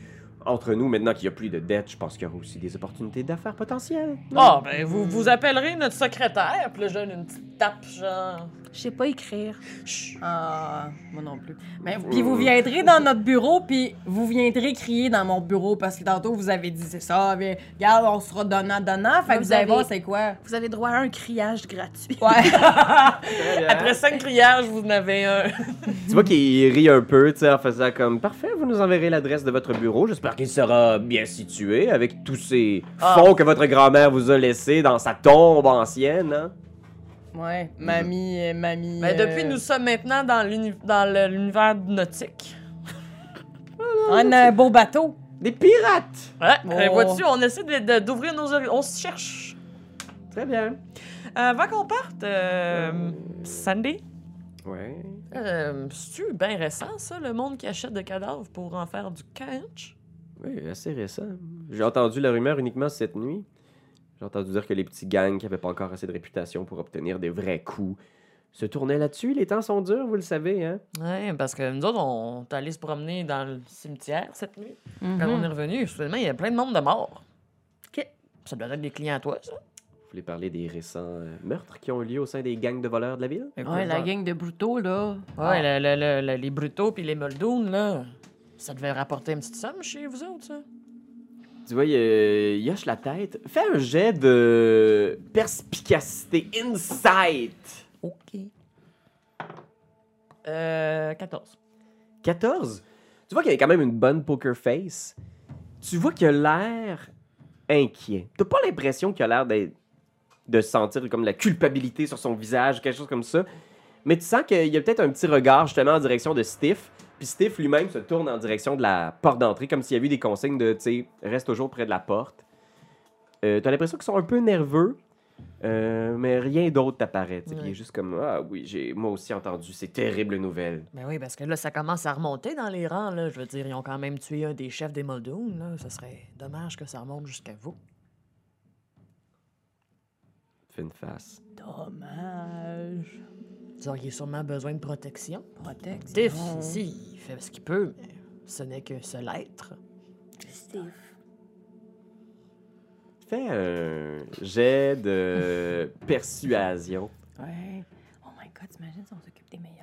Speaker 3: Entre nous, maintenant qu'il n'y a plus de dettes, je pense qu'il y aura aussi des opportunités d'affaires potentielles.
Speaker 5: Ah, ben, vous, vous appellerez notre secrétaire, puis là, je donne une petite tape, genre.
Speaker 4: Je sais pas écrire.
Speaker 5: Chut.
Speaker 2: Ah, moi non plus. Mais puis vous viendrez dans notre bureau, puis vous viendrez crier dans mon bureau parce que tantôt vous avez dit c'est ça, mais regarde, on sera donnant donnant,
Speaker 4: Mais
Speaker 2: fait que vous
Speaker 4: vous
Speaker 2: allez
Speaker 4: avez-
Speaker 2: voir c'est quoi.
Speaker 4: Vous avez droit à un criage gratuit.
Speaker 2: [laughs] Ouais.
Speaker 5: Après cinq criages, vous en avez un.
Speaker 3: Tu vois qu'il rit un peu, tu sais, en faisant comme parfait, vous nous enverrez l'adresse de votre bureau. J'espère qu'il sera bien situé avec tous ces
Speaker 5: Ah.
Speaker 3: fonds que votre grand-mère vous a laissés dans sa tombe ancienne. hein.
Speaker 2: ouais, mamie, euh, mamie.
Speaker 5: Mais
Speaker 2: euh,
Speaker 5: Ben, depuis, nous sommes maintenant dans l'uni- dans le- l'univers nautique.
Speaker 2: On a un beau bateau.
Speaker 3: Des pirates!
Speaker 5: Ouais,
Speaker 2: Oh.
Speaker 5: euh, vois-tu, on essaie de- de- d'ouvrir nos horizons. On se cherche.
Speaker 3: Très bien.
Speaker 5: Euh, avant qu'on parte, euh, Sandy,
Speaker 3: Ouais.
Speaker 5: euh, c'est-tu bien récent, ça, le monde qui achète des cadavres pour en faire du catch?
Speaker 3: Oui, assez récent. J'ai entendu la rumeur uniquement cette nuit. J'ai entendu dire que les petits gangs qui n'avaient pas encore assez de réputation pour obtenir des vrais coups se tournaient là-dessus. Les temps sont durs, vous le savez, hein?
Speaker 5: Ouais, parce que nous autres, on est allés se promener dans le cimetière cette nuit. Quand Ben, on
Speaker 2: Mhm.
Speaker 5: est revenu, soudainement, il y a plein de monde de morts.
Speaker 4: OK.
Speaker 5: Ça doit être des clients à toi, ça.
Speaker 3: Vous voulez parler des récents euh, meurtres qui ont eu lieu au sein des gangs de voleurs de la ville?
Speaker 5: Écoute,
Speaker 2: Ouais, la
Speaker 5: ben,
Speaker 2: gang de brutaux, là.
Speaker 5: Ouais, le- le- le- le- les Brutaux puis les Muldoon, là. Ça devait rapporter une petite somme chez vous autres, ça.
Speaker 3: Tu vois, il, euh, il hoche la tête. Fais un jet de perspicacité, insight.
Speaker 5: OK. Euh, 14.
Speaker 3: 14. Tu vois qu'il a quand même une bonne poker face. Tu vois qu'il a l'air inquiet. T'as pas l'impression qu'il a l'air d'être- de sentir comme la culpabilité sur son visage, quelque chose comme ça. Mais tu sens qu'il y a peut-être un petit regard justement en direction de Stiff. Puis Stiff lui-même se tourne en direction de la porte d'entrée, comme s'il y avait eu des consignes de, tu sais, reste toujours près de la porte. Euh, T'as l'impression qu'ils sont un peu nerveux, euh, mais rien d'autre t'apparaît. tu sais. Puis Il
Speaker 5: Ouais.
Speaker 3: est juste comme, ah oui, j'ai moi aussi entendu ces terribles nouvelles.
Speaker 5: Ben oui, parce que là, ça commence à remonter dans les rangs, là. Je veux dire, ils ont quand même tué un des chefs des Muldoon, là. Ça serait dommage que ça remonte jusqu'à vous.
Speaker 3: Fais une face.
Speaker 2: Ah, Dommage.
Speaker 5: Vous auriez sûrement besoin de protection.
Speaker 2: Protect.
Speaker 5: Tiff,
Speaker 2: non.
Speaker 5: ici, il fait ce qu'il peut, mais ce n'est qu'un seul être.
Speaker 3: Fais un jet de persuasion.
Speaker 2: Ouais. Oh my god, t'imagines si on s'occupe des meilleurs.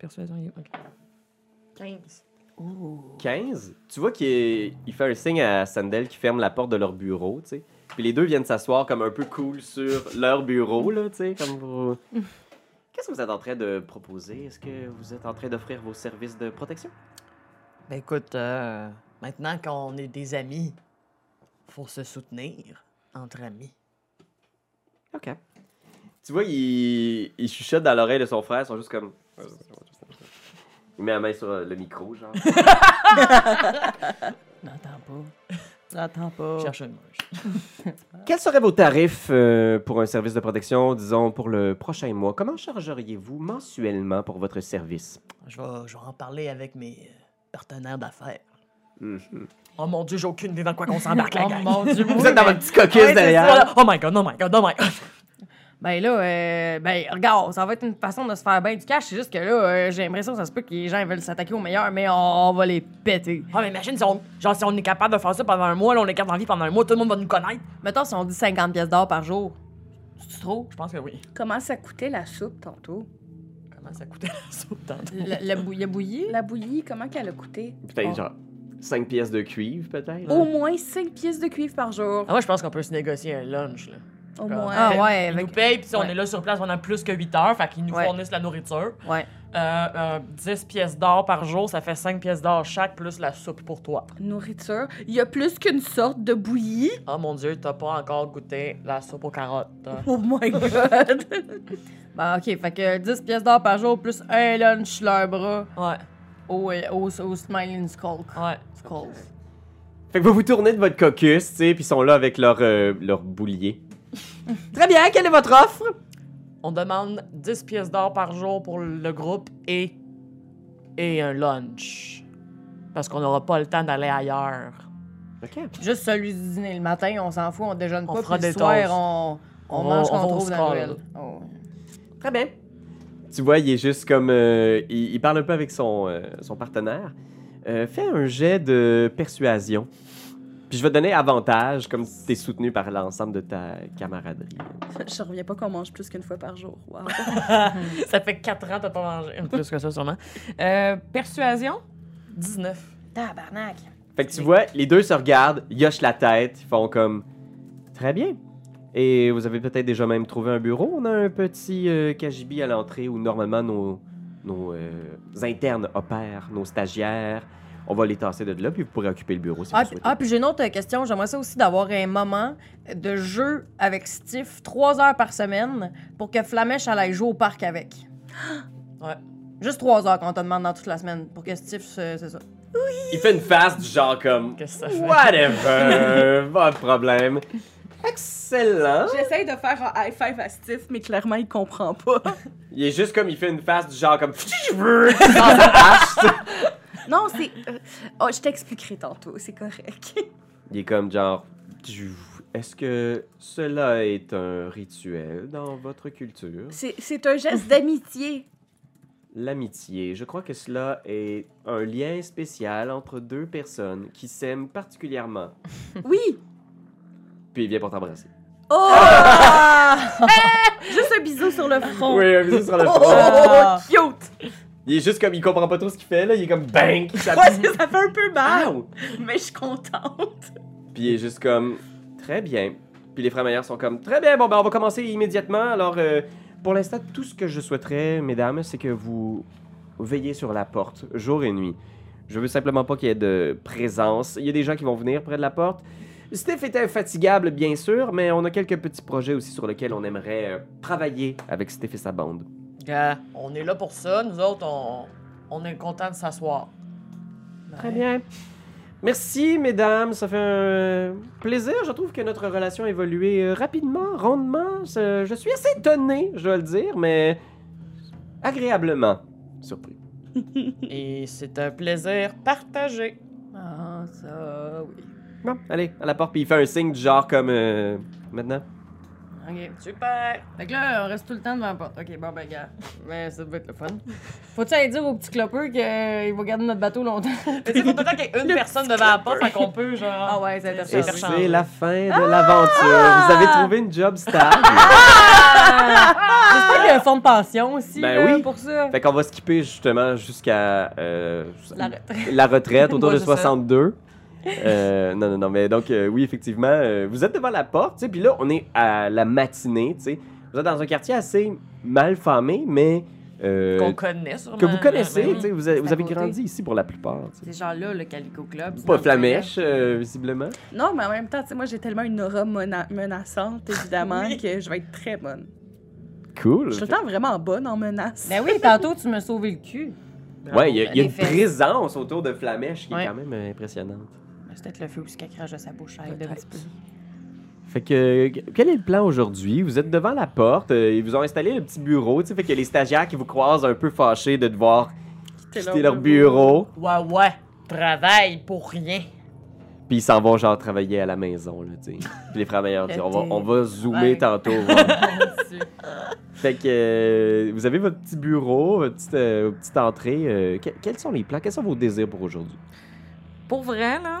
Speaker 5: Persuasion, OK. 15.
Speaker 2: Ouh.
Speaker 3: 15. Tu vois qu'il est- il fait un signe à Sandel qui ferme la porte de leur bureau, tu sais. Puis les deux viennent s'asseoir comme un peu cool sur leur bureau, là, tu sais, comme vous... Qu'est-ce que vous êtes en train de proposer? Est-ce que vous êtes en train d'offrir vos services de protection?
Speaker 5: Ben écoute, euh, maintenant qu'on est des amis, faut se soutenir entre amis.
Speaker 3: OK. Tu vois, il, il chuchote dans l'oreille de son frère, ils sont juste comme... Il met la main sur le micro, genre.
Speaker 2: N'entends pas. N'entends pas.
Speaker 5: Cherche une mouche.
Speaker 3: Quels seraient vos tarifs euh, pour un service de protection, disons, pour le prochain mois? Comment chargeriez-vous mensuellement pour votre service?
Speaker 5: Je vais, je vais en parler avec mes euh, partenaires d'affaires.
Speaker 3: Mhm.
Speaker 5: Oh mon dieu, j'ai aucune idée dans quoi qu'on s'embarque, la
Speaker 2: Oh
Speaker 5: gang. [laughs]
Speaker 2: mon dieu,
Speaker 3: Vous
Speaker 2: oui,
Speaker 3: êtes dans
Speaker 2: mais-
Speaker 3: votre petit caucus
Speaker 2: Ouais, c'est
Speaker 3: derrière.
Speaker 5: Voilà. Oh my god, oh my god, oh my god.
Speaker 2: Ben là, euh, ben regarde, ça va être une façon de se faire bien du cash. C'est juste que là, euh, j'ai l'impression que ça se peut que les gens veulent s'attaquer aux meilleurs, mais on, on va les péter.
Speaker 5: Ah, mais imagine si on, genre, si on est capable de faire ça pendant un mois, là, on est capable en vie pendant un mois, tout le monde va nous connaître.
Speaker 2: Mettons, si on dit 50 pièces d'or par jour, c'est trop.
Speaker 5: Je pense que oui.
Speaker 4: Comment ça coûtait la soupe tantôt?
Speaker 5: Comment [laughs] ça coûtait la soupe tantôt?
Speaker 2: Le, le, bou- le bouilli?
Speaker 4: La bouillie, comment qu'elle a coûté?
Speaker 3: Peut-être, genre, 5 pièces de cuivre, peut-être?
Speaker 4: Au moins 5 pièces de cuivre par jour.
Speaker 5: Ah, moi, je pense qu'on peut se négocier un lunch, là.
Speaker 4: Au
Speaker 5: Ah.
Speaker 4: moins.
Speaker 2: Ah ouais,
Speaker 5: Ils
Speaker 2: avec...
Speaker 5: nous payent, puis si on
Speaker 2: ouais.
Speaker 5: est là sur place pendant plus que 8 heures, fait qu'ils nous
Speaker 2: Ouais.
Speaker 5: fournissent la nourriture.
Speaker 2: ouais.
Speaker 5: Euh, euh, 10 pièces d'or par jour, ça fait 5 pièces d'or chaque, plus la soupe pour toi.
Speaker 4: Nourriture. Il y a plus qu'une sorte de bouillie. [laughs]
Speaker 5: Oh mon dieu, t'as pas encore goûté la soupe aux carottes.
Speaker 4: Oh
Speaker 2: [laughs]
Speaker 4: my god!
Speaker 2: Ben ok, fait que 10 pièces d'or par jour plus un lunch leur bras
Speaker 5: Ouais,
Speaker 2: au, euh, au, au Smiling Skull.
Speaker 5: ouais.
Speaker 2: Skull.
Speaker 3: Fait que vous vous tournez de votre caucus, tu sais, puis ils sont là avec leur, euh, leur boulier. Très bien, quelle est votre offre?
Speaker 5: On demande 10 pièces d'or par jour pour le groupe et. et un lunch. Parce qu'on n'aura pas le temps d'aller ailleurs.
Speaker 3: OK.
Speaker 2: Juste celui du dîner le matin, on s'en fout, on déjeune
Speaker 5: On
Speaker 2: pas,
Speaker 5: fera
Speaker 2: puis le
Speaker 5: des
Speaker 2: soir,
Speaker 5: toasts.
Speaker 2: on, on,
Speaker 5: On va-
Speaker 2: mange
Speaker 5: on va
Speaker 2: qu'on
Speaker 5: au
Speaker 2: trouve dans
Speaker 5: Skull.
Speaker 2: le grill. Oh, ouais.
Speaker 3: Très bien. Tu vois, il est juste comme... euh, il, il parle un peu avec son, euh, son partenaire. Euh, fais un jet de persuasion. Puis je vais te donner avantage, comme tu es soutenu par l'ensemble de ta camaraderie.
Speaker 4: Je reviens pas qu'on mange plus qu'une fois par jour. Wow.
Speaker 5: ça fait 4 ans que t'as pas mangé. Plus que ça, sûrement. Euh, persuasion 19.
Speaker 2: Tabarnak.
Speaker 3: Fait que tu vois, les deux se regardent, ils hochent la tête, ils font comme... Très bien. Et vous avez peut-être déjà même trouvé un bureau. On a un petit euh, cagibi à l'entrée où normalement nos, nos euh, internes opèrent, nos stagiaires. On va les tasser de là, puis vous pourrez occuper le bureau si
Speaker 2: Ah,
Speaker 3: vous
Speaker 2: puis-
Speaker 3: souhaitez.
Speaker 2: ah, puis j'ai une autre question. J'aimerais ça aussi d'avoir un moment de jeu avec Steve, trois heures par semaine, pour que Flamèche aille jouer au parc avec.
Speaker 5: Ouais.
Speaker 2: Juste trois heures qu'on te demande dans toute la semaine, pour que Steve, se- c'est ça.
Speaker 3: Il fait une face du genre comme...
Speaker 5: Qu'est-ce que ça fait? [laughs]
Speaker 3: Whatever, pas de problème. Excellent.
Speaker 4: [laughs] J'essaye de faire un high five à Steve, mais clairement, il comprend pas.
Speaker 3: [laughs] Il est juste comme, il fait une face du genre comme... Sans sa hache, tu sais.
Speaker 4: [laughs] Non, c'est. euh, oh, je t'expliquerai tantôt, c'est correct. [laughs]
Speaker 3: Il est comme genre. Tu- Est-ce que cela est un rituel dans votre culture?
Speaker 4: C'est c'est un geste [laughs] d'amitié.
Speaker 3: L'amitié, je crois que cela est un lien spécial entre deux personnes qui s'aiment particulièrement.
Speaker 4: Oui!
Speaker 3: Puis il vient pour t'embrasser.
Speaker 4: Oh!
Speaker 2: [laughs]
Speaker 4: Juste un bisou sur le front.
Speaker 3: Oui, un bisou sur le
Speaker 4: Oh, oh,
Speaker 3: front.
Speaker 4: oh, cute!
Speaker 3: Il est juste comme, il comprend pas trop ce qu'il fait, là. Il est comme, bang! Ça...
Speaker 4: Ouais, c'est- ça fait un peu mal,
Speaker 3: Ow!
Speaker 2: Ah.
Speaker 4: mais je suis contente.
Speaker 3: Puis il est juste comme, très bien. Puis les frères Maillard sont comme, très bien, bon, ben on va commencer immédiatement. Alors, euh, pour l'instant, tout ce que je souhaiterais, mesdames, c'est que vous veillez sur la porte, jour et nuit. Je veux simplement pas qu'il y ait de présence. Il y a des gens qui vont venir près de la porte. Steph est infatigable, bien sûr, mais on a quelques petits projets aussi sur lesquels on aimerait euh, travailler avec Steph et sa bande.
Speaker 5: Gars, on est là pour ça. Nous autres, on, on est contents de s'asseoir.
Speaker 3: Très bien. Merci, mesdames. Ça fait un plaisir. Je trouve que notre relation a évolué euh, rapidement, rondement. Je je suis assez étonné, je dois le dire, mais agréablement surpris.
Speaker 5: Et c'est un plaisir partagé.
Speaker 2: Ah, ça, oui.
Speaker 3: Bon, allez, à la porte, puis il fait un signe du genre comme... euh, maintenant.
Speaker 2: OK.
Speaker 5: Super.
Speaker 2: Fait que là, on reste tout le temps devant la porte. OK, bon, ben, gars. Mais ça doit être le fun. Faut-tu aller dire au petit clopeux qu'il va garder notre bateau longtemps?
Speaker 5: Mais tu sais, faut tout le temps qu'il y ait une personne devant la porte, fait qu'on peut, genre.
Speaker 2: Ah ouais, c'est
Speaker 3: Et
Speaker 5: ça
Speaker 2: intéressant.
Speaker 5: change.
Speaker 3: c'est la fin de l'aventure. Vous avez trouvé une job stable. [laughs]
Speaker 2: Ah! J'espère qu'il y a un fonds de pension aussi
Speaker 3: Ben
Speaker 2: là,
Speaker 3: oui.
Speaker 2: pour ça.
Speaker 3: fait qu'on va skipper justement jusqu'à... euh,
Speaker 2: La retraite.
Speaker 3: la retraite autour
Speaker 5: Ouais,
Speaker 3: de
Speaker 5: c'est ça.
Speaker 3: 62. Euh, non, non, non, mais donc, euh, oui, effectivement, euh, vous êtes devant la porte, tu sais, puis là, on est à la matinée, tu sais. Vous êtes dans un quartier assez mal famé, mais euh,
Speaker 5: Qu'on connaît, sûrement.
Speaker 3: que vous connaissez,
Speaker 5: Ben oui.
Speaker 3: tu sais. Vous, a-
Speaker 2: C'est
Speaker 3: vous
Speaker 2: à
Speaker 3: avez
Speaker 2: côté.
Speaker 3: grandi ici pour la plupart, tu sais.
Speaker 2: C'est genre là, le Calico Club. c'est dans
Speaker 3: Pas
Speaker 2: le
Speaker 3: flamèche, euh, visiblement.
Speaker 4: Non, mais en même temps, tu sais, moi, j'ai tellement une aura mena- menaçante, [laughs] évidemment, que je vais être très bonne.
Speaker 3: Cool.
Speaker 4: Je suis tout le temps vraiment bonne en menace.
Speaker 2: Ben oui, tantôt, tu m'as sauvé le cul.
Speaker 3: Ouais, il y a, il y a
Speaker 2: Les
Speaker 3: une
Speaker 2: fesses.
Speaker 3: présence autour de Flamèche qui est
Speaker 2: Ouais.
Speaker 3: quand même euh, impressionnante.
Speaker 2: C'est peut-être le feu aussi qu'elle crache de sa bouche. Elle devait se
Speaker 3: Fait que, quel est le plan aujourd'hui? Vous êtes devant la porte, euh, ils vous ont installé le petit bureau, tu sais, fait que les stagiaires qui vous croisent un peu fâchés de devoir
Speaker 4: Quitter
Speaker 3: quitter leur bureau.
Speaker 5: Ouais, ouais. Travaille pour rien.
Speaker 3: Puis ils s'en vont genre travailler à la maison, là, tu sais. Puis les frères Maillard disent, on va, on va zoomer
Speaker 2: Ouais.
Speaker 3: tantôt. voir.
Speaker 2: Mon Dieu. [laughs]
Speaker 3: fait que euh, vous avez votre petit bureau, votre petite, euh, petite entrée. euh, que- quels sont les plans? Quels sont vos désirs pour aujourd'hui?
Speaker 5: Pour vrai, là,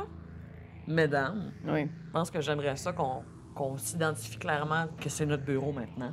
Speaker 5: mesdames,
Speaker 2: Oui.
Speaker 5: je pense que j'aimerais ça qu'on qu'on s'identifie clairement que c'est notre bureau maintenant.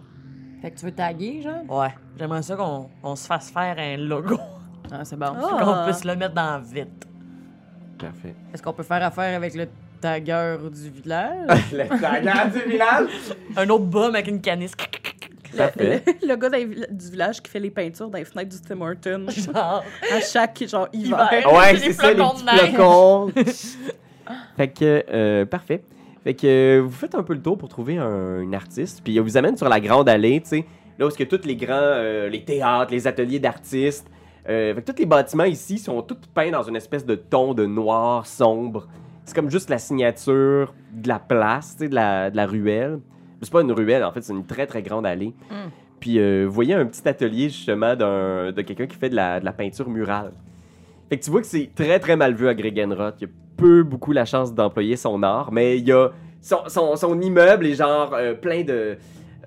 Speaker 2: Fait que tu veux taguer, genre?
Speaker 5: Ouais, j'aimerais ça qu'on on se fasse faire un logo, [laughs]
Speaker 2: Ah, c'est bon.
Speaker 4: Ah.
Speaker 5: qu'on puisse le mettre dans vite.
Speaker 3: [laughs] Parfait.
Speaker 2: Est-ce qu'on peut faire affaire avec le tagueur du village?
Speaker 3: Le tailleur du village!
Speaker 5: Un autre bum avec une canisse. [laughs]
Speaker 3: Parfait.
Speaker 4: [laughs] Le, le gars d'un vil- du village qui fait les peintures dans les fenêtres du Tim [laughs] Hortons
Speaker 5: Genre,
Speaker 4: à chaque genre hiver.
Speaker 5: hiver.
Speaker 3: Ouais,
Speaker 5: [laughs] Les
Speaker 3: c'est ça, les
Speaker 5: flocons
Speaker 3: petits
Speaker 5: de neige. [laughs]
Speaker 3: flocons. fait que, euh, parfait. Fait que euh, vous faites un peu le tour pour trouver un, un artiste, puis on vous amène sur la grande allée, tu sais, là où est-ce que tous les grands, euh, les théâtres, les ateliers d'artistes, euh, fait que tous les bâtiments ici sont tous peints dans une espèce de ton de noir sombre. C'est comme juste la signature de la place, tu sais, de la, de la ruelle. C'est pas une ruelle, en fait, c'est une très très grande allée.
Speaker 2: Mm.
Speaker 3: Puis euh, vous voyez un petit atelier justement d'un- de quelqu'un qui fait de la, de la peinture murale. Fait que tu vois que c'est très très mal vu à Gregenroth. Il y a peu beaucoup la chance d'employer son art, mais il y a son, son- son immeuble est genre euh, plein de,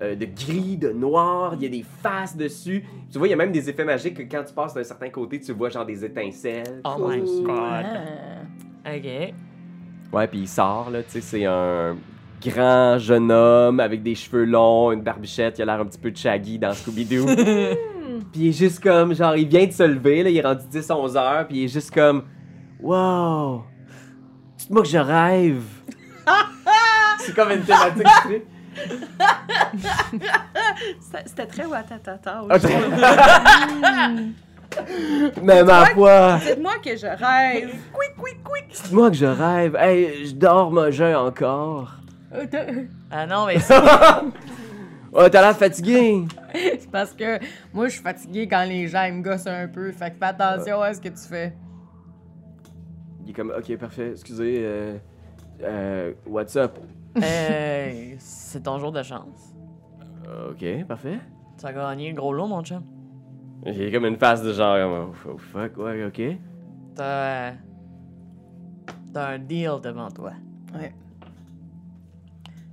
Speaker 3: euh, de gris, de noir, il y a des faces dessus. Tu vois, il y a même des effets magiques que quand tu passes d'un certain côté, tu vois genre des étincelles.
Speaker 5: Oh my god.
Speaker 2: Ah.
Speaker 5: Ok.
Speaker 3: Ouais, puis il sort, là, tu sais, c'est un grand jeune homme avec des cheveux longs, une barbichette, il a l'air un petit peu de Shaggy dans Scooby-Doo. [laughs] puis il est juste comme, genre, il vient de se lever, là, il est rendu 10-11 heures, puis il est juste comme, wow, dites-moi que je rêve. c'est comme une thématique très-
Speaker 4: C'était- C'était très [laughs] watatata.
Speaker 3: [laughs] Ah,
Speaker 4: aujourd'hui.
Speaker 3: très- Mais ma foi,
Speaker 4: Dites-moi que je rêve. Quick, quick, quick.
Speaker 3: dites-moi que je rêve. Hey, je dors, mon jeu encore. [laughs]
Speaker 2: Euh, t'as-
Speaker 5: Ah non, mais c'est
Speaker 3: Oh, t'as l'air fatigué.
Speaker 2: C'est parce que moi, je suis fatiguée quand les gens ils me gossent un peu. Fait que fais attention à ce que tu fais.
Speaker 3: Il est comme, ok, parfait, excusez, euh, euh, what's up?
Speaker 5: Euh, c'est ton jour de chance.
Speaker 3: Ok, parfait.
Speaker 5: Tu as gagné le gros lot, mon chum.
Speaker 3: Il est comme une face de genre, oh, fuck, oh, ouais, ok.
Speaker 5: T'as. T'as un deal devant toi.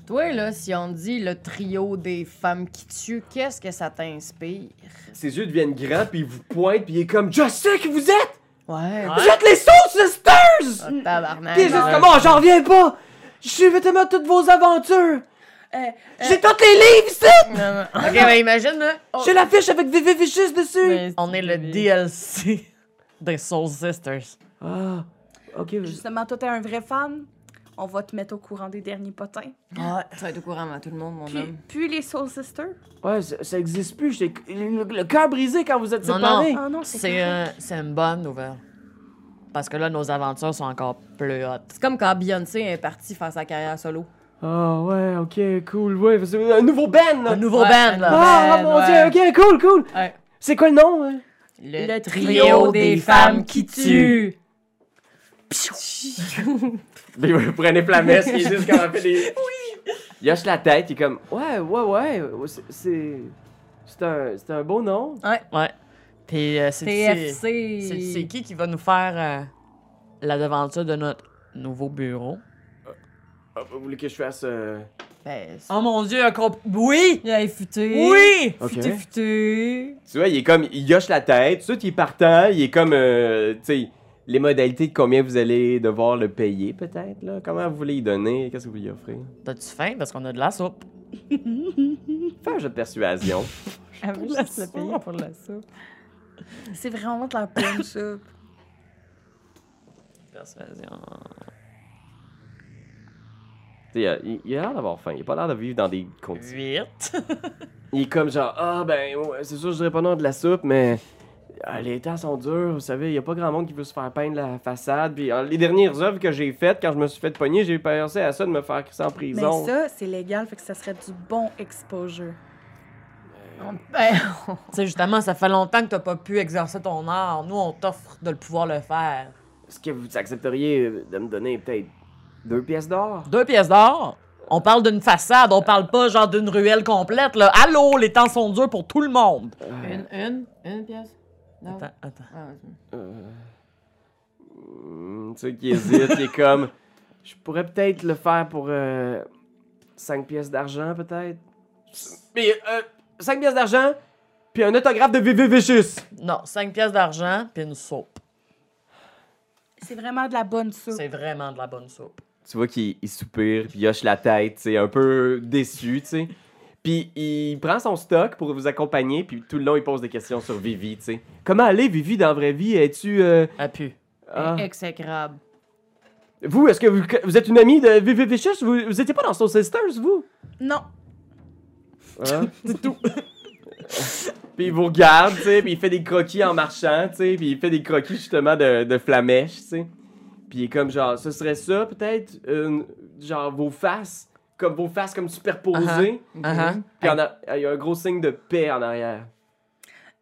Speaker 2: Toi, là, si on dit le trio des femmes qui tuent, qu'est-ce que ça t'inspire?
Speaker 3: Ses yeux deviennent grands, puis il vous pointe, puis il est comme Je sais qui vous êtes
Speaker 2: Ouais.
Speaker 5: Ouais.
Speaker 2: Ah,
Speaker 3: Vous êtes les
Speaker 5: Ah,
Speaker 3: Soulsisters
Speaker 2: tabarnak.
Speaker 3: Puis il est juste comme Oh, j'en reviens pas Je suis tellement toutes vos aventures
Speaker 4: Euh,
Speaker 3: J'ai tous les livres ici
Speaker 2: Non, non.
Speaker 5: Ok, ben imagine, là.
Speaker 4: oh.
Speaker 3: J'ai la fiche avec VV Vicious dessus
Speaker 2: Mais-
Speaker 5: On est le DLC [laughs] des Soul Sisters.
Speaker 3: Ah, ok.
Speaker 4: [laughs] Justement, toi, t'es un vrai fan. On va te mettre au courant des derniers potins.
Speaker 2: Ouais, tu vas être au courant, mais tout le monde, mon
Speaker 4: Puis,
Speaker 2: homme.
Speaker 4: puis les Soul Sisters.
Speaker 3: Ouais, ça, ça existe plus. J'ai le, le cœur brisé quand vous êtes
Speaker 5: Non,
Speaker 3: séparés.
Speaker 4: Oh non,
Speaker 5: C'est
Speaker 4: correct.
Speaker 2: euh,
Speaker 5: un- c'est une bonne nouvelle. Parce que là, nos aventures sont encore plus hautes.
Speaker 2: C'est comme quand Beyoncé est partie faire sa carrière solo.
Speaker 3: Ah ouais, ok, cool. Ouais, parce que- un nouveau Ben. là.
Speaker 5: Un nouveau
Speaker 2: Ouais,
Speaker 5: band,
Speaker 2: un
Speaker 5: là.
Speaker 3: Ah
Speaker 2: Ben,
Speaker 3: mon
Speaker 2: ouais.
Speaker 3: dieu, ok, cool, cool.
Speaker 2: Ouais.
Speaker 3: C'est quoi le nom hein?
Speaker 2: Le,
Speaker 5: trio des femmes qui tuent. [laughs]
Speaker 3: Il prenait Flamès, il est juste comme fait des. Oui! Il hoche la tête, il est comme. [laughs] Ouais, ouais, ouais, ouais, c'est- c'est. C'est un, c'est un beau nom.
Speaker 5: Ouais. Puis euh, c'est c'est-
Speaker 2: TFC.
Speaker 5: c'est- c'est qui qui va nous faire euh, la devanture de notre nouveau bureau?
Speaker 3: Ah, vous voulez que je fasse. euh,
Speaker 2: Ben, c'est-
Speaker 5: Oh mon dieu, un comp... Oui!
Speaker 2: Il est futé.
Speaker 5: Oui!
Speaker 3: Ok.
Speaker 2: Futé, futé.
Speaker 3: Tu vois, il est comme. Il hoche la tête, tout de suite, il est partant, il est comme. euh, tu sais, les modalités de combien vous allez devoir le payer, peut-être, là. Comment vous voulez y donner, qu'est-ce que vous lui offrez.
Speaker 5: T'as-tu faim? Parce qu'on a de la soupe.
Speaker 3: Fais un jeu de persuasion.
Speaker 2: Pour
Speaker 5: la soupe.
Speaker 2: pour la soupe.
Speaker 4: C'est vraiment de la
Speaker 2: [laughs]
Speaker 4: bonne soupe.
Speaker 5: Persuasion.
Speaker 3: Tu sais, il a- il, il a l'air d'avoir faim, il a pas l'air de vivre dans des conditions.
Speaker 5: [laughs] 8.
Speaker 3: Il est comme genre, ah ben, ouais, c'est sûr, je dirais pas non de la soupe, mais ah, les temps sont durs, vous savez, y a pas grand monde qui veut se faire peindre la façade. Puis ah, les dernières œuvres que j'ai faites, quand je me suis fait pogner, j'ai pensé à ça de me faire crisser en
Speaker 4: Mais
Speaker 3: prison.
Speaker 4: ça, c'est légal, fait que ça serait du bon exposure.
Speaker 5: Tu sais, justement, ça fait longtemps que t'as pas pu exercer ton art. Nous, on t'offre de le pouvoir le faire.
Speaker 3: Est-ce que vous accepteriez de me donner peut-être deux pièces d'or?
Speaker 5: Deux pièces d'or. On parle d'une façade, on parle pas genre d'une ruelle complète, là. Allô, les temps sont durs pour tout le monde.
Speaker 2: Une, une, une pièce? Non.
Speaker 5: Attends, attends.
Speaker 2: Ah, vas-y.
Speaker 3: Hmm, tu sais, qui hésite, il est comme, je pourrais peut-être le faire pour euh, cinq pièces d'argent, peut-être? Mais euh, cinq pièces d'argent, puis un autographe de VV Vicious!
Speaker 5: Non, cinq pièces d'argent puis une soupe.
Speaker 4: C'est vraiment de la bonne soupe.
Speaker 5: C'est vraiment de la bonne soupe.
Speaker 3: tu vois qu'il il soupire, puis il hoche la tête, tu sais, un peu déçu, tu sais. Puis il prend son stock pour vous accompagner, puis tout le long, il pose des questions sur Vivi, tu sais. Comment aller, Vivi, dans la vraie vie? Es-tu... euh,
Speaker 5: À pu.
Speaker 3: ah.
Speaker 2: Exécrable.
Speaker 3: Vous, est-ce que vous, vous êtes une amie de Vivi Vicious? Vous, vous étiez pas dans Soul Sisters, vous?
Speaker 4: Non,
Speaker 3: Hein? [laughs] puis il vous regarde, tu sais, puis il fait des croquis en marchant, tu sais, puis il fait des croquis, justement, de, de flamèche, tu sais. Puis il est comme, genre, ce serait ça, peut-être? une- genre, vos faces, comme vos faces comme superposées.
Speaker 5: Uh-huh.
Speaker 2: Ok.
Speaker 3: Puis en a- il y a un gros signe de paix en arrière.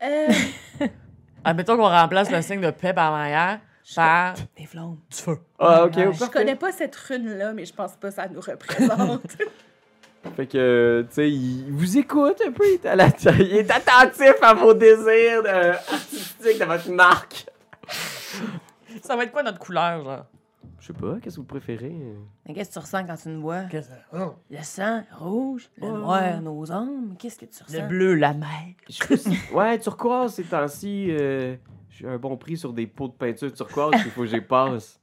Speaker 4: Euh, [laughs]
Speaker 5: Admettons qu'on remplace le signe de paix par l'arrière par du
Speaker 2: Des flammes.
Speaker 5: feu.
Speaker 3: Ah, ok,
Speaker 2: Ouais.
Speaker 3: ouais,
Speaker 4: je connais pas cette rune-là, mais je pense pas que ça nous représente.
Speaker 3: Fait que, tu sais, il vous écoute un peu, il est, à la- il est attentif à vos désirs euh, artistiques de votre marque.
Speaker 5: Ça va être quoi notre couleur, genre?
Speaker 3: Je sais pas, qu'est-ce que vous préférez?
Speaker 2: Mais qu'est-ce que tu ressens quand tu nous vois?
Speaker 5: Qu'est-ce que- oh.
Speaker 2: Le sang, rouge, le
Speaker 3: Ouais.
Speaker 2: noir, nos âmes. Qu'est-ce que tu
Speaker 5: Le
Speaker 2: ressens?
Speaker 5: bleu, la mer.
Speaker 3: [laughs] ouais, turquoise, ces temps-ci, euh, j'ai un bon prix sur des pots de peinture turquoise, il faut que j'y passe.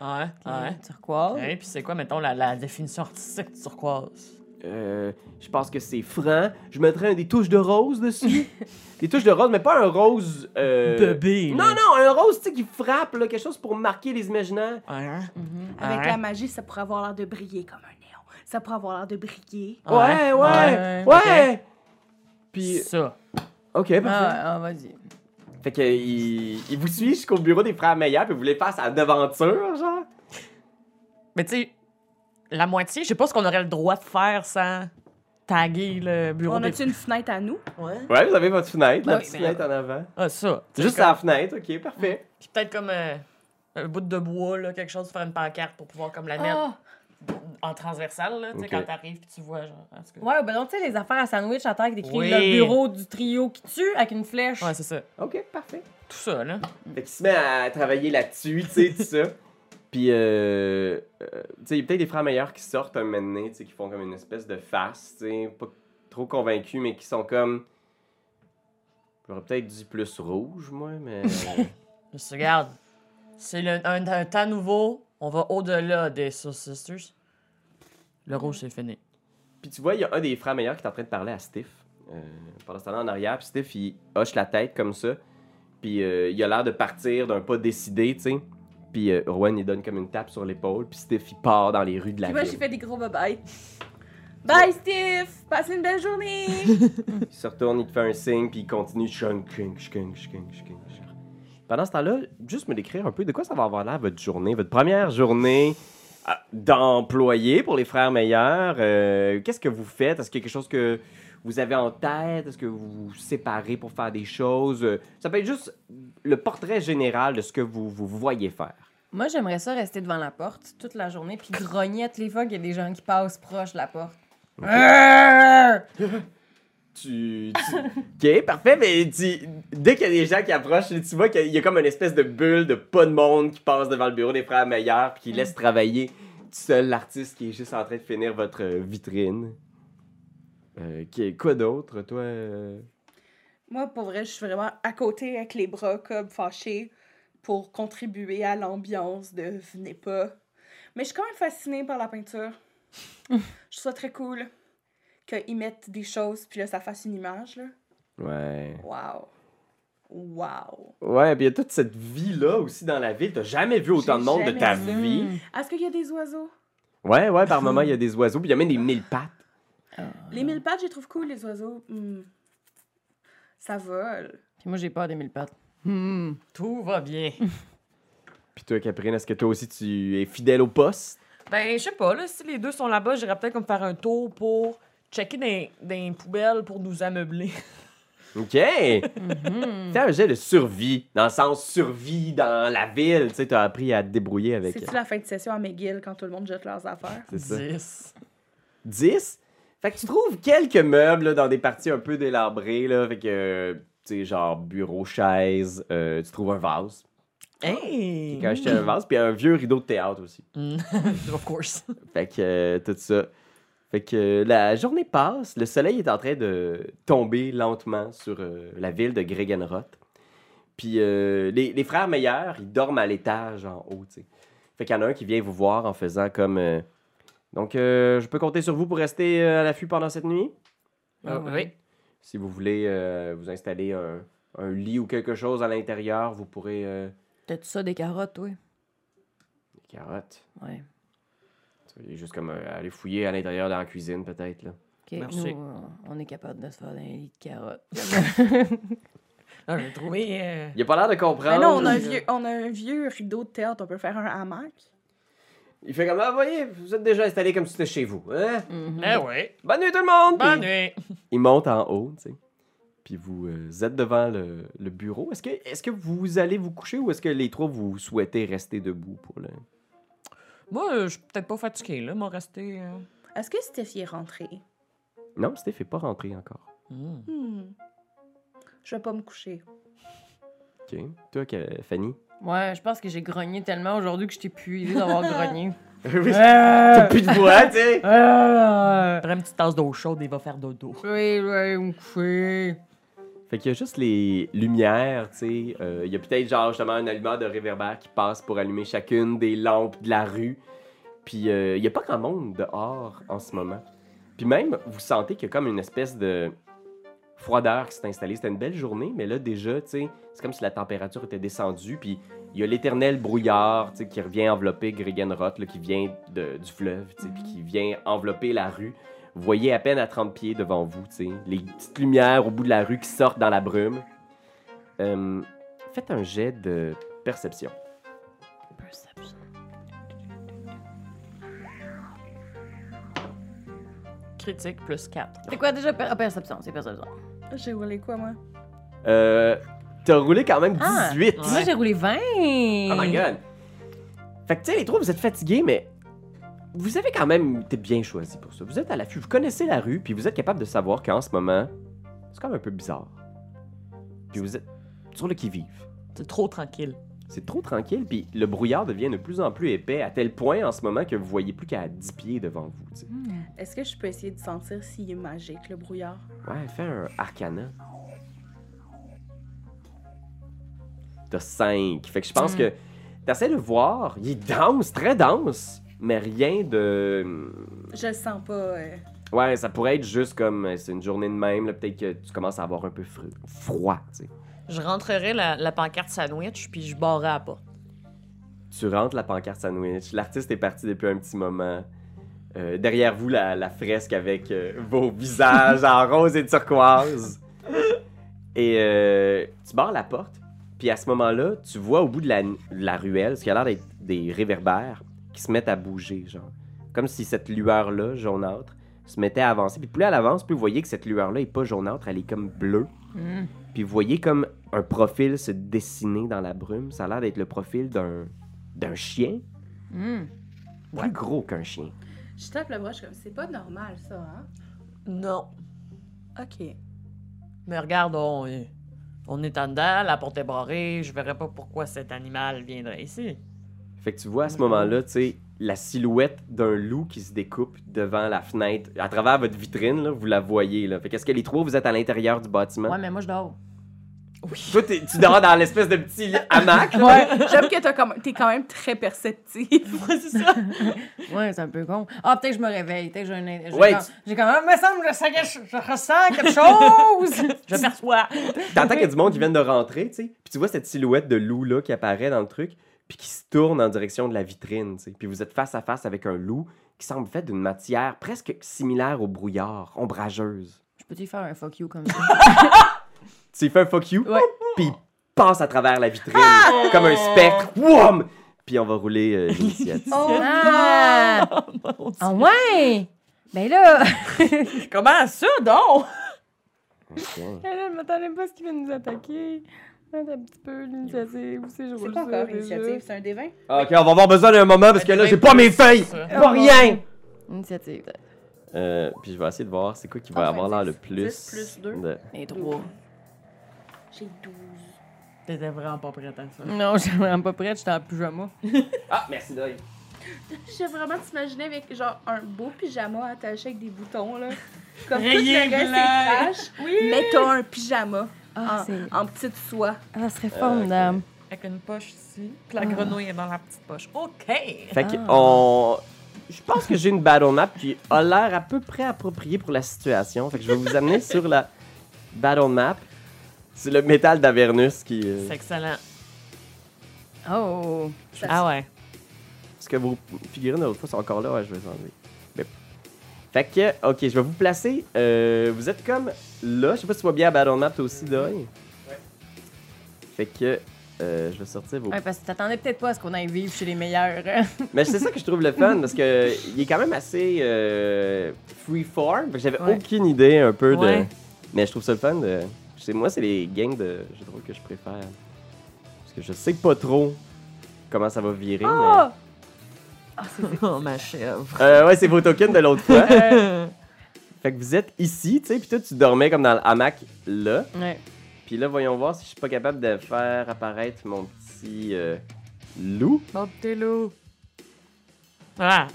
Speaker 5: Ah Ouais, ouais.
Speaker 2: Turquoise.
Speaker 5: Ouais, Oh. puis c'est quoi, mettons, la, la définition artistique du turquoise?
Speaker 3: Euh, je pense que c'est franc. Je mettrais des touches de rose dessus. des touches de rose, mais pas un rose... euh,
Speaker 5: Bébé.
Speaker 3: Non, non, un rose, tu sais, qui frappe, là, quelque chose pour marquer les imaginaires.
Speaker 2: Mhm.
Speaker 4: [laughs] Avec
Speaker 5: hein? Ouais.
Speaker 4: la magie, ça pourrait avoir l'air de briller comme un néon. Ça pourrait avoir l'air de briller.
Speaker 3: Ouais, ouais, ouais.
Speaker 2: ouais,
Speaker 3: Puis,
Speaker 5: Ça.
Speaker 3: ok, ben. parfait.
Speaker 2: Ah, ouais, ah, vas-y.
Speaker 3: Fait que il, il vous suit jusqu'au bureau des frères Meyer, puis vous voulez faire sa devanture, genre.
Speaker 5: Mais tu sais, la moitié, je sais pas ce qu'on aurait le droit de faire sans taguer le bureau
Speaker 4: On
Speaker 5: des...
Speaker 4: a-tu une fenêtre à nous?
Speaker 5: Ouais.
Speaker 3: Ouais, vous avez votre fenêtre, la
Speaker 2: Oui,
Speaker 3: petite
Speaker 2: mais-
Speaker 3: fenêtre en avant.
Speaker 5: Ah, ça. Tu sais,
Speaker 3: Juste
Speaker 5: comme-
Speaker 3: la fenêtre, ok, parfait.
Speaker 5: Puis peut-être comme euh, un bout de bois, là, quelque chose, faire une pancarte pour pouvoir comme la mettre.
Speaker 2: Ah,
Speaker 5: en transversal, là, tu sais,
Speaker 3: Ok.
Speaker 5: quand t'arrives puis tu vois, genre. en tout cas.
Speaker 2: Ouais, ben donc, tu sais, les affaires à sandwich à terre avec écrit
Speaker 5: Oui.
Speaker 2: le bureau du trio qui tue avec une flèche.
Speaker 5: Ouais, c'est ça.
Speaker 3: Ok, parfait.
Speaker 5: Tout ça, là.
Speaker 3: Fait qu'il se met à travailler là-dessus, tu sais, tout ça. [laughs] Puis, euh, euh, tu sais, il y a peut-être des frères meilleurs qui sortent un moment donné, tu sais, qui font comme une espèce de face, tu sais, pas trop convaincus, mais qui sont comme. J'aurais peut-être dit plus rouge, moi, [laughs] mais.
Speaker 5: Je se regarde. C'est le- un, un temps nouveau. On va au-delà des Soul Sisters. Le rouge, c'est fini.
Speaker 3: Puis tu vois, il y a un des frères meilleurs qui est en train de parler à Steph. Euh, pendant ce temps-là, en arrière, puis Steph, il hoche la tête comme ça. Puis euh, il a l'air de partir d'un pas décidé, tu sais. Puis euh, Rowan, il donne comme une tape sur l'épaule. Puis Steph, il part dans les rues de la
Speaker 4: Puis moi,
Speaker 3: ville.
Speaker 4: j'ai fait des gros bye-bye. Bye, Steve! Passez une belle journée!
Speaker 3: Il se retourne, il te fait un signe, puis il continue. Shunk, shunk, shunk, shunk, shunk, shunk. Pendant ce temps-là, juste me décrire un peu de quoi ça va avoir l'air votre journée, votre première journée euh, d'employé pour les frères meilleurs. Euh, Qu'est-ce que vous faites? Est-ce qu'il y a quelque chose que vous avez en tête? Est-ce que vous vous séparez pour faire des choses? Euh, Ça peut être juste le portrait général de ce que vous, vous voyez faire.
Speaker 2: Moi, j'aimerais ça rester devant la porte toute la journée puis grogner à tous les fois qu'il y a des gens qui passent proche de la porte. Arrgh!
Speaker 3: Tu, tu- Ok, parfait, mais tu- dès qu'il y a des gens qui approchent, tu vois qu'il y a comme une espèce de bulle de pas de monde qui passe devant le bureau des frères Meilleurs
Speaker 4: Mm.
Speaker 3: puis qui laisse travailler tout seul l'artiste qui est juste en train de finir votre euh, vitrine. Euh, qui- quoi d'autre, toi euh?
Speaker 4: Moi, pour vrai, je suis vraiment à côté avec les bras comme fâchés pour contribuer à l'ambiance de venez pas. Mais je suis quand même fascinée par la peinture. je trouve ça très cool qu'ils mettent des choses puis là, ça fasse une image. Là.
Speaker 3: Ouais.
Speaker 4: Wow! Wow!
Speaker 3: Ouais, puis il y a toute cette vie-là aussi dans la ville. T'as jamais vu autant de
Speaker 4: J'ai
Speaker 3: monde de
Speaker 4: jamais
Speaker 3: ta
Speaker 4: vu.
Speaker 3: vie.
Speaker 4: Est-ce qu'il y a des oiseaux?
Speaker 3: Ouais,
Speaker 4: [laughs]
Speaker 3: ouais, par moment, il y a des oiseaux, puis il y a même des mille pattes.
Speaker 4: Les mille pattes, je les trouve cool, les oiseaux. Hmm. Ça vole.
Speaker 2: Puis moi, j'ai peur des mille pattes.
Speaker 5: Tout va bien.
Speaker 3: Puis toi, Caprine, est-ce que toi aussi tu es fidèle au poste?
Speaker 5: ben, je sais pas, là, si les deux sont là-bas, j'irais peut-être comme faire un tour pour checker des, des poubelles pour nous ameubler.
Speaker 3: OK! Fais un jet de survie, dans le sens survie dans la ville. Tu sais, t'as appris à te débrouiller avec.
Speaker 4: C'est-tu la fin de session à McGill quand tout le monde jette leurs affaires?
Speaker 3: C'est ça.
Speaker 5: 10.
Speaker 3: 10. Fait que tu trouves quelques meubles là, dans des parties un peu délabrées. Là, fait que, euh, tu sais, genre bureau, chaise. euh, tu trouves un vase.
Speaker 5: Oh. Hey!
Speaker 3: Quand j'étais un vase, puis un vieux rideau de théâtre aussi.
Speaker 5: Mm. of course.
Speaker 3: Fait que euh, tout ça. Fait que euh, la journée passe, le soleil est en train de tomber lentement sur euh, la ville de Gregenroth. Puis euh, les, les frères meilleurs, ils dorment à l'étage en haut, tu sais. Fait qu'il y en a un qui vient vous voir en faisant comme... euh, Donc, euh, je peux compter sur vous pour rester euh, à l'affût pendant cette nuit?
Speaker 5: Ah, oui.
Speaker 3: Si vous voulez euh, vous installer un, un lit ou quelque chose à l'intérieur, vous pourrez... euh,
Speaker 2: T'as-tu ça des carottes, toi?
Speaker 3: Des carottes.
Speaker 2: Ouais.
Speaker 3: Tu sais, Juste comme euh, aller fouiller à l'intérieur dans la cuisine, peut-être, là.
Speaker 2: Ok,
Speaker 5: Merci.
Speaker 2: nous, euh, on est capable de se faire un lit de carottes.
Speaker 5: Ah, j'ai trouvé. euh,
Speaker 3: Il a pas l'air de comprendre.
Speaker 4: Mais Ben non, on a, un vieux, on a un vieux rideau de théâtre, on peut faire un hamac.
Speaker 3: Il fait comme, ah, voyez, vous êtes déjà installé comme si c'était chez vous. Hein?
Speaker 5: Ben oui.
Speaker 3: Bonne nuit tout le monde!
Speaker 5: Bonne
Speaker 3: Puis-
Speaker 5: nuit.
Speaker 3: Il monte en haut, tu sais. Puis vous euh, êtes devant le, le bureau. Est-ce que, est que vous allez vous coucher ou est-ce que les trois vous souhaitez rester debout pour le.
Speaker 5: Moi, euh, je suis peut-être pas fatigué, là, m'en rester. euh.
Speaker 4: Est-ce que Steph y est rentré?
Speaker 3: Non, Steph n'est pas rentré encore.
Speaker 5: Mm.
Speaker 4: Hmm. Je vais pas me coucher.
Speaker 3: OK. Toi, que- Fanny?
Speaker 2: ouais, je pense que j'ai grogné tellement aujourd'hui que je t'ai épuisée d'avoir grogné.
Speaker 3: oui,
Speaker 5: Euh,
Speaker 3: [laughs] t'as plus de voix, tu sais.
Speaker 2: Ah!
Speaker 5: Prends une petite tasse d'eau chaude et va faire dodo.
Speaker 2: Oui, oui, me coucher.
Speaker 3: Fait qu'il y a juste les lumières, tu sais. Euh, il y a peut-être genre justement un allumeur de réverbère qui passe pour allumer chacune des lampes de la rue. Puis euh, il n'y a pas grand monde dehors en ce moment. Puis même, vous sentez qu'il y a comme une espèce de froideur qui s'est installée. C'était une belle journée, mais là déjà, tu sais, c'est comme si la température était descendue. Puis il y a l'éternel brouillard, tu sais, qui revient envelopper Gregenroth, là, qui vient de- du fleuve, tu sais, puis qui vient envelopper la rue. Vous voyez à peine à 30 pieds devant vous, tu sais, les petites lumières au bout de la rue qui sortent dans la brume. Euh, faites un jet de perception.
Speaker 2: Perception.
Speaker 5: 2. Critique plus 4.
Speaker 2: C'est quoi déjà per- ah, perception? C'est perception.
Speaker 4: J'ai roulé quoi, moi?
Speaker 3: Euh, T'as roulé quand même Oh
Speaker 2: Ah,
Speaker 3: 18.
Speaker 5: ouais.
Speaker 2: Moi, j'ai roulé 20.
Speaker 3: Oh my god! Fait que, tu sais, les trois, vous êtes fatigués, mais vous avez quand même été bien choisi pour ça. Vous êtes à l'affût, vous connaissez la rue, puis vous êtes capable de savoir qu'en ce moment, c'est quand même un peu bizarre. Puis vous êtes sur le qui-vive.
Speaker 5: C'est trop tranquille.
Speaker 3: C'est trop tranquille, puis le brouillard devient de plus en plus épais, à tel point en ce moment que vous voyez plus qu'à 10 pieds devant vous. tu sais.
Speaker 4: Est-ce que je peux essayer de sentir s'il est magique, le brouillard?
Speaker 3: Ouais, fais un arcana. T'as 5. Fait que je pense
Speaker 2: Mm.
Speaker 3: que t'essaies de voir, il est dense, très dense, mais rien de.
Speaker 4: Je le sens pas. euh,
Speaker 3: Ouais, ça pourrait être juste comme euh, c'est une journée de même, là, peut-être que tu commences à avoir un peu fr- froid, tu sais.
Speaker 5: Je rentrerai la, la pancarte sandwich, puis je barrerai la porte.
Speaker 3: Tu rentres la pancarte sandwich, l'artiste est parti depuis un petit moment. Euh, derrière vous, la, la fresque avec euh, vos visages en rose et turquoise. Et euh, tu barres la porte, puis à ce moment-là, tu vois au bout de la, de la ruelle, ce qui a l'air d'être des réverbères qui se mettent à bouger, genre. Comme si cette lueur-là, jaunâtre, se mettait à avancer. Puis plus elle avance, plus vous voyez que cette lueur-là est pas jaunâtre, elle est comme bleue.
Speaker 2: Hmm.
Speaker 3: Puis vous voyez comme un profil se dessiner dans la brume. Ça a l'air d'être le profil d'un d'un chien,
Speaker 2: Hmm.
Speaker 3: plus gros qu'un chien.
Speaker 4: Je tape le bras, je suis comme, c'est pas normal, ça, hein?
Speaker 5: Non.
Speaker 4: OK.
Speaker 5: Mais regarde, on, est- on est en dedans, la porte est barrée, je verrais pas pourquoi cet animal viendrait ici.
Speaker 3: Fait que tu vois à ce moment-là, tu sais, la silhouette d'un loup qui se découpe devant la fenêtre. À travers votre vitrine, là, vous la voyez. Là. Fait qu'est-ce que les trois, vous êtes à l'intérieur du bâtiment?
Speaker 2: Ouais, mais moi, je dors.
Speaker 3: Toi, t'es- tu dors dans l'espèce de petit lit- hamac. là.
Speaker 4: Ouais, j'aime que t'as comme- t'es quand même très perceptive.
Speaker 5: [laughs] Ouais, c'est ça.
Speaker 2: Ouais, c'est un peu con. Ah, peut-être que je me réveille. Peut-être que j'ai un. j'ai
Speaker 3: Ouais,
Speaker 2: comme-
Speaker 3: tu-
Speaker 2: J'ai comme. Ah, me semble que je, sens quelque chose- je ressens quelque
Speaker 5: [laughs]
Speaker 2: chose.
Speaker 5: [laughs] Je perçois.
Speaker 3: T'entends qu'il y a du monde qui vient de rentrer, tu sais. Puis tu vois cette silhouette de loup-là qui apparaît dans le truc, puis qui se tourne en direction de la vitrine, tu sais. Puis vous êtes face à face avec un loup qui semble fait d'une matière presque similaire au brouillard, ombrageuse.
Speaker 2: Je peux-tu faire un fuck you comme ça?
Speaker 3: Tu lui fais un fuck you,
Speaker 2: Ouais.
Speaker 3: puis il passe à travers la vitrine comme un spectre. Wouam! Puis on va rouler euh,
Speaker 4: [laughs]
Speaker 3: l'initiative.
Speaker 4: Oh,
Speaker 2: Ah!
Speaker 5: Mon Dieu.
Speaker 2: Ah ouais! Ben là!
Speaker 5: Comment ça, donc?
Speaker 3: Ok.
Speaker 2: Je m'attendais pas à ce qu'il va nous attaquer. Un petit peu, l'initiative.
Speaker 4: C'est quoi encore l'initiative? C'est un dévin?
Speaker 3: ok, on va avoir besoin d'un moment parce que là, j'ai pas mes feuilles!
Speaker 5: Ça.
Speaker 3: Pas rien!
Speaker 2: Initiative.
Speaker 3: Euh, puis je vais essayer de voir c'est quoi qui va
Speaker 4: Enfin,
Speaker 3: avoir l'air le
Speaker 4: dix.
Speaker 3: plus.
Speaker 4: Dix plus deux.
Speaker 3: de-
Speaker 2: Les trois.
Speaker 4: J'ai 12.
Speaker 5: T'étais vraiment pas prête à ça.
Speaker 2: Non, [laughs] je suis vraiment pas prête, j'étais en pyjama.
Speaker 3: Ah, merci d'œil.
Speaker 4: J'ai vraiment t'imaginer avec genre un beau pyjama attaché avec des boutons là. Comme tout
Speaker 5: Rayé
Speaker 4: le
Speaker 5: blanc.
Speaker 4: reste c'est trash. Mais t'as un pyjama
Speaker 2: Ah, c'est.
Speaker 4: en, en petite soie.
Speaker 2: Ah, ça serait formidable.
Speaker 5: Avec une poche ici, puis la grenouille est dans la petite poche. Ah. OK!
Speaker 3: Fait que
Speaker 2: Ah.
Speaker 3: on. Je pense que j'ai une battle map qui a l'air à peu près appropriée pour la situation. Fait que je vais vous amener sur la battle map. C'est le métal d'Avernus qui. euh,
Speaker 5: C'est excellent.
Speaker 2: Oh!
Speaker 4: Ça-
Speaker 5: Ah ouais.
Speaker 3: Est-ce que vos figurines de l'autre fois sont encore là? Ouais, je vais les enlever. Mais- Fait que, ok, je vais vous placer. euh, vous êtes comme là. Je sais pas si tu vois bien la battle map, toi aussi, Doy. Ouais. Fait que, euh, je vais sortir vos
Speaker 2: Ouais, parce que t'attendais peut-être pas à ce qu'on aille vivre chez les meilleurs. hein.
Speaker 3: Mais c'est ça que je trouve le fun parce que il est quand même assez euh, freeform. Fait que J'avais
Speaker 2: Ouais.
Speaker 3: aucune idée un peu de.
Speaker 5: Ouais.
Speaker 3: Mais je trouve ça le fun de. Chez moi, c'est les gangs de jeux de rôle que je préfère. Parce que je sais pas trop comment ça va virer.
Speaker 2: Ah!
Speaker 5: [laughs] Oh, ma chèvre.
Speaker 3: Mais... Euh, ouais, c'est vos tokens de l'autre
Speaker 2: [laughs]
Speaker 3: fois.
Speaker 5: Euh,
Speaker 3: fait que vous êtes ici, tu sais, puis toi, tu dormais comme dans le hamac là.
Speaker 2: Ouais.
Speaker 3: Puis là, voyons voir si je suis pas capable de faire apparaître mon petit euh, loup.
Speaker 5: Mon petit loup. Ah,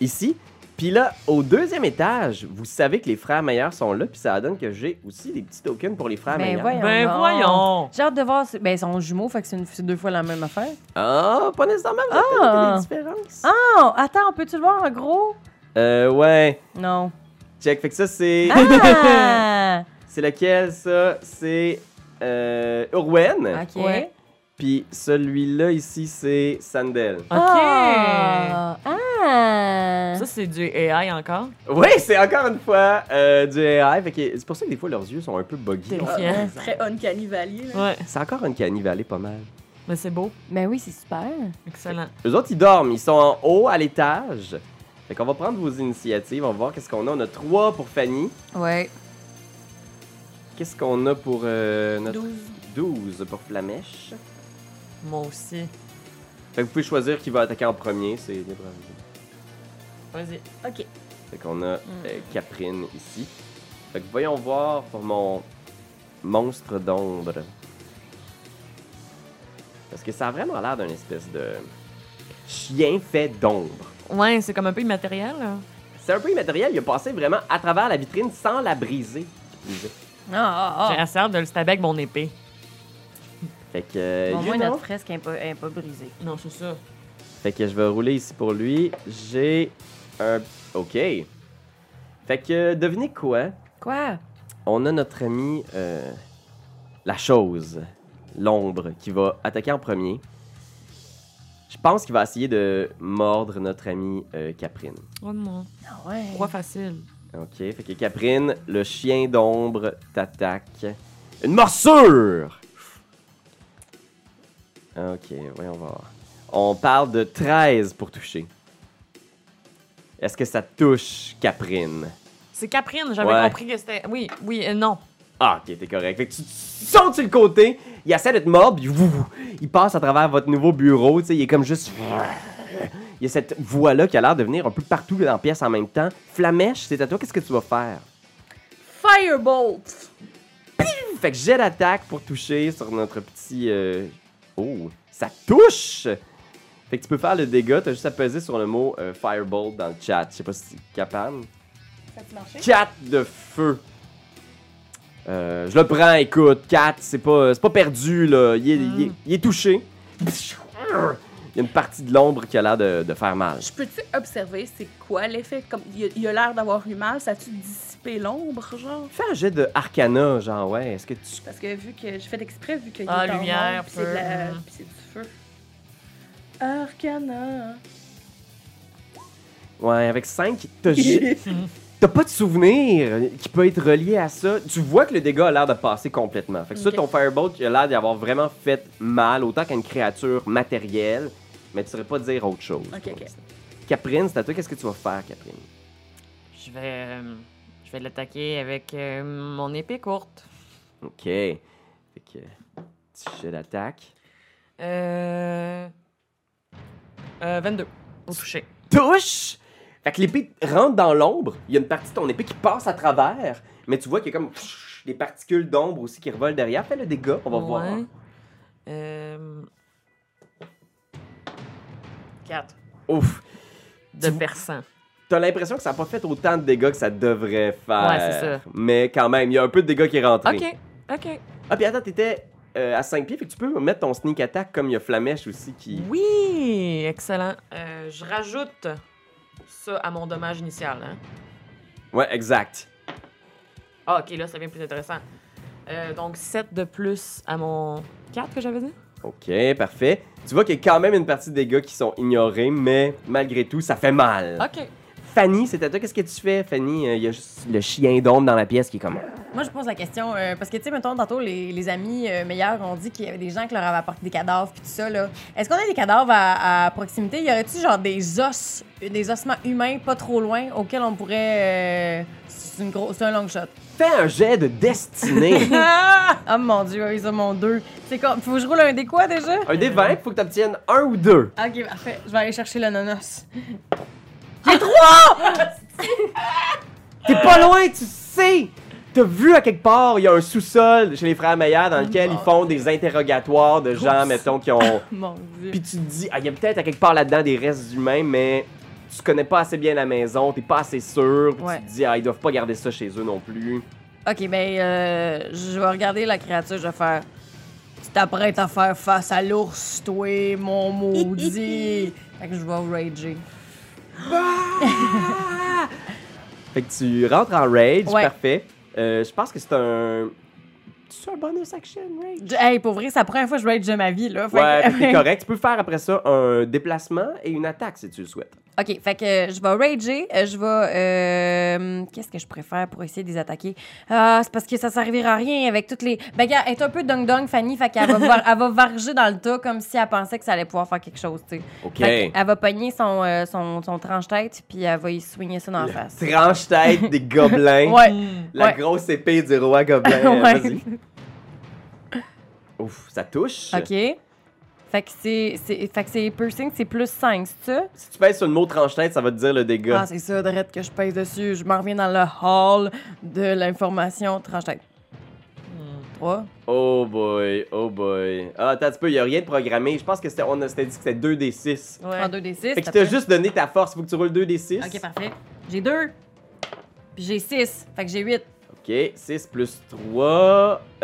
Speaker 3: ici. Puis là, au deuxième étage, vous savez que les frères Meilleurs sont là, puis ça donne que j'ai aussi des petits tokens pour les frères
Speaker 2: Ben,
Speaker 3: Meilleurs.
Speaker 2: voyons.
Speaker 5: ben
Speaker 2: donc.
Speaker 5: voyons!
Speaker 2: J'ai hâte de voir. si- Ben, ils sont jumeaux, fait que c'est une- c'est deux fois la même affaire.
Speaker 3: Ah, pas nécessairement, vous
Speaker 2: Ah.
Speaker 3: avez peut-être des différences.
Speaker 2: Oh! Attends, peux-tu le voir en gros?
Speaker 3: Euh, ouais.
Speaker 2: Non.
Speaker 3: Check, fait que ça, c'est...
Speaker 2: [laughs] Ah!
Speaker 3: C'est lequel, ça? C'est... Euh, Urwen.
Speaker 2: ok.
Speaker 5: Ouais.
Speaker 3: Puis celui-là, ici, c'est Sandel.
Speaker 5: OK!
Speaker 2: Ah! Ah!
Speaker 5: Ça, c'est du AI encore?
Speaker 3: Oui, c'est encore une fois euh, du AI. Fait que c'est pour ça que des fois, leurs yeux sont un peu buggy.
Speaker 5: Terrifiant.
Speaker 4: Ah,
Speaker 5: Yeah.
Speaker 4: Très uncanny valley. là.
Speaker 5: Ouais,
Speaker 3: C'est encore une cannibale, pas mal.
Speaker 5: mais c'est beau.
Speaker 2: Ben oui, c'est super.
Speaker 5: Excellent.
Speaker 3: Eux autres, ils dorment. Ils sont en haut, à l'étage. Fait qu'on va prendre vos initiatives. On va voir qu'est-ce qu'on a. On a trois pour Fanny.
Speaker 2: Ouais.
Speaker 3: Qu'est-ce qu'on a pour euh, notre
Speaker 4: 12.
Speaker 3: 12 pour Flamèche.
Speaker 5: Moi aussi.
Speaker 3: Fait que vous pouvez choisir qui va attaquer en premier. C'est libre à vous.
Speaker 5: Vas-y.
Speaker 2: Ok.
Speaker 3: Fait qu'on a euh, Caprine ici. Fait que voyons voir pour mon monstre d'ombre. Parce que ça a vraiment l'air d'un espèce de chien fait d'ombre.
Speaker 6: Ouais, c'est comme un peu immatériel. là.
Speaker 3: C'est un peu immatériel, il a passé vraiment à travers la vitrine sans la briser.
Speaker 2: Ah,
Speaker 6: J'ai
Speaker 2: ah,
Speaker 6: assez hâte de le stabber avec mon épée.
Speaker 3: Fait que,
Speaker 2: ah.
Speaker 3: euh,
Speaker 2: Au moins,
Speaker 3: you know.
Speaker 2: notre fresque n'est pas, est pas brisée.
Speaker 6: Non, c'est ça.
Speaker 3: Fait que je vais rouler ici pour lui. J'ai un... OK. Fait que euh, devinez quoi?
Speaker 2: Quoi?
Speaker 3: On a notre ami euh, la chose, l'ombre, qui va attaquer en premier. Je pense qu'il va essayer de mordre notre ami euh, Caprine.
Speaker 6: Oh non.
Speaker 2: Ah ouais.
Speaker 6: Pourquoi facile?
Speaker 3: Ok, fait que Caprine, le chien d'ombre t'attaque. Une morsure! Ok, voyons voir. On parle de 13 pour toucher. Est-ce que ça touche Caprine?
Speaker 6: C'est Caprine, j'avais
Speaker 3: Ouais.
Speaker 6: compris que c'était. Oui, oui, euh, non.
Speaker 3: Ah, ok, t'es correct. Fait que tu, tu sautes sur le côté, il essaie de te mordre, puis vous, vous, il passe à travers votre nouveau bureau, tu sais, il est comme juste... Il y a cette voix-là qui a l'air de venir un peu partout dans la pièce en même temps. Flamèche, c'est à toi, qu'est-ce que tu vas faire?
Speaker 4: Firebolt!
Speaker 3: Fait que j'ai l'attaque pour toucher sur notre petit... euh, Oh, ça touche! Fait que tu peux faire le dégât, t'as juste à peser sur le mot euh, Firebolt dans le chat. Je sais pas si c'est capable.
Speaker 4: Ça a marché?
Speaker 3: 4 de feu. Euh, je le prends, écoute, 4, c'est pas, c'est pas perdu, là. Il est, il est- il est touché. Il y a une partie de l'ombre qui a l'air de, de faire mal.
Speaker 4: Je peux-tu observer c'est quoi l'effet? Comme il a- il a l'air d'avoir eu mal, ça a-tu dissipé l'ombre, genre?
Speaker 3: Fais un jet de Arcana, genre, ouais, est-ce que tu...
Speaker 4: Parce que vu que je fais d'exprès, vu qu'il
Speaker 6: Ah,
Speaker 4: est en
Speaker 6: lumière,
Speaker 4: ombre, puis c'est de la-
Speaker 6: feu.
Speaker 4: puis c'est du feu. Arcana.
Speaker 3: Ouais, avec 5,
Speaker 4: [laughs]
Speaker 3: t'as ju- t'as pas de souvenir qui peut être relié à ça. Tu vois que le dégât a l'air de passer complètement. Fait que ça,
Speaker 4: Ok.
Speaker 3: ton Firebolt, il a l'air d'avoir vraiment fait mal, autant qu'à une créature matérielle, mais tu saurais pas dire autre chose.
Speaker 4: Ok,
Speaker 3: pour
Speaker 4: ok.
Speaker 3: l'instant. Caprine, c'est à toi, qu'est-ce que tu vas faire, Caprine?
Speaker 6: Je vais. euh, je vais l'attaquer avec euh, mon épée courte.
Speaker 3: Ok. Fait que. Petit jet d'attaque.
Speaker 6: Euh. euh, 22. Au toucher.
Speaker 3: Touche! Fait que l'épée rentre dans l'ombre. Il y a une partie de ton épée qui passe à travers. Mais tu vois qu'il y a comme pff, des particules d'ombre aussi qui revolent derrière. Fais le dégât, on va voir.
Speaker 6: Ouais. Euh. 4
Speaker 3: Ouf!
Speaker 6: de
Speaker 3: Tu-
Speaker 6: perçant.
Speaker 3: T'as l'impression que ça n'a pas fait autant de dégâts que ça devrait faire.
Speaker 6: Ouais, c'est ça.
Speaker 3: Mais quand même, il y a un peu de dégâts qui est rentré.
Speaker 6: Ok, ok.
Speaker 3: Ah, puis attends, t'étais euh, à 5 pieds, fait que tu peux mettre ton sneak attack comme il y a Flamèche aussi qui.
Speaker 6: Oui, excellent. Euh, je rajoute ça à mon dommage initial. hein.
Speaker 3: Ouais, exact.
Speaker 6: Ah, ok, là, ça devient plus intéressant. Euh, donc, 7 de plus à mon 4 que j'avais dit.
Speaker 3: Ok, parfait. Tu vois qu'il y a quand même une partie de dégâts qui sont ignorés, mais malgré tout, ça fait mal.
Speaker 6: Ok.
Speaker 3: Fanny, c'est à toi. Qu'est-ce que tu fais, Fanny? Euh, Il y a juste le chien d'ombre dans la pièce qui est comme...
Speaker 2: Moi, je pose la question, euh, parce que, tu sais, mettons, tantôt, les, les amis euh, meilleurs ont dit qu'il y avait des gens qui leur avaient apporté des cadavres, puis tout ça, là. Est-ce qu'on a des cadavres à, à proximité? Y aurait-tu, genre, des os, des ossements humains pas trop loin auxquels on pourrait. euh, c'est une grosse, c'est un [laughs] long shot.
Speaker 3: Fais un jet de destinée.
Speaker 6: [laughs]
Speaker 2: Oh mon dieu, ils ont mon deux. C'est quoi? Faut que je roule un des quoi déjà?
Speaker 3: un des 20, faut que tu obtiennes un ou deux.
Speaker 2: Ok, parfait. Je vais aller chercher le nonos.
Speaker 3: T'es pas loin, tu sais! T'as vu à quelque part, il y a un sous-sol chez les frères Meyer dans lequel ils font des interrogatoires de gens, mettons, qui
Speaker 2: [coughs]
Speaker 3: ont...
Speaker 2: Mon dieu.
Speaker 3: Puis tu te dis, ah, il y a peut-être à quelque part là-dedans des restes humains, mais tu connais pas assez bien la maison, t'es pas assez sûr. Puis
Speaker 2: Ouais.
Speaker 3: tu te dis, ah, ils doivent pas garder ça chez eux non plus.
Speaker 2: Ok, ben, euh, je vais regarder la créature, je vais faire. Tu t'apprêtes à faire face à l'ours, toi, mon maudit. fait que je vais rager.
Speaker 3: Fait que tu rentres en rage,
Speaker 2: Ouais.
Speaker 3: parfait. Euh, je pense que c'est un. C'est un bonus action, rage?
Speaker 2: Je- Hey, pour vrai, c'est la première fois que je rage de ma vie, là. Fait
Speaker 3: Ouais,
Speaker 2: que-
Speaker 3: fait que
Speaker 2: [laughs]
Speaker 3: t'es correct. Tu peux faire après ça un déplacement et une attaque si tu le souhaites.
Speaker 2: Ok, fait que euh, je vais rager, euh, je vais... euh, Qu'est-ce que je préfère pour essayer de les attaquer? Ah, c'est parce que ça servira à rien avec toutes les... Ben, regarde, elle est un peu dong-dong, Fanny, fait qu'elle va, var- elle va varger dans le tas comme si elle pensait que ça allait pouvoir faire quelque chose, tu sais.
Speaker 3: Ok.
Speaker 2: Fait qu'elle va pogner son, euh, son, son tranche-tête, puis elle va y soigner ça dans la euh, face.
Speaker 3: Tranche-tête des gobelins.
Speaker 2: Ouais.
Speaker 6: Hmm.
Speaker 3: La
Speaker 2: ouais.
Speaker 3: grosse épée du
Speaker 2: [laughs]
Speaker 3: Ben, roi gobelin.
Speaker 2: Ouais.
Speaker 3: Vas-y. Ouf, ça touche.
Speaker 2: Ok. Fait que c'est, c'est, fait que c'est piercing, c'est plus 5, c'est ça?
Speaker 3: Si tu pèses sur le mot tranche-tête, ça va te dire le dégât.
Speaker 2: Ah, c'est ça, Drette, que je pèse dessus. Je m'en reviens dans le hall de l'information. Tranche-tête. 3.
Speaker 3: Oh boy, oh boy. Ah, attends un petit peu, il n'y a rien de programmé. Je pense que c'était, on a- c'était dit que c'était 2d6.
Speaker 6: Ouais.
Speaker 2: En 2 des 6.
Speaker 3: Fait qu'il t'a juste donné ta force, faut que tu roules 2d6.
Speaker 2: Ok, parfait. J'ai 2. Puis j'ai 6. Fait que j'ai 8.
Speaker 3: Ok, 6 plus 3.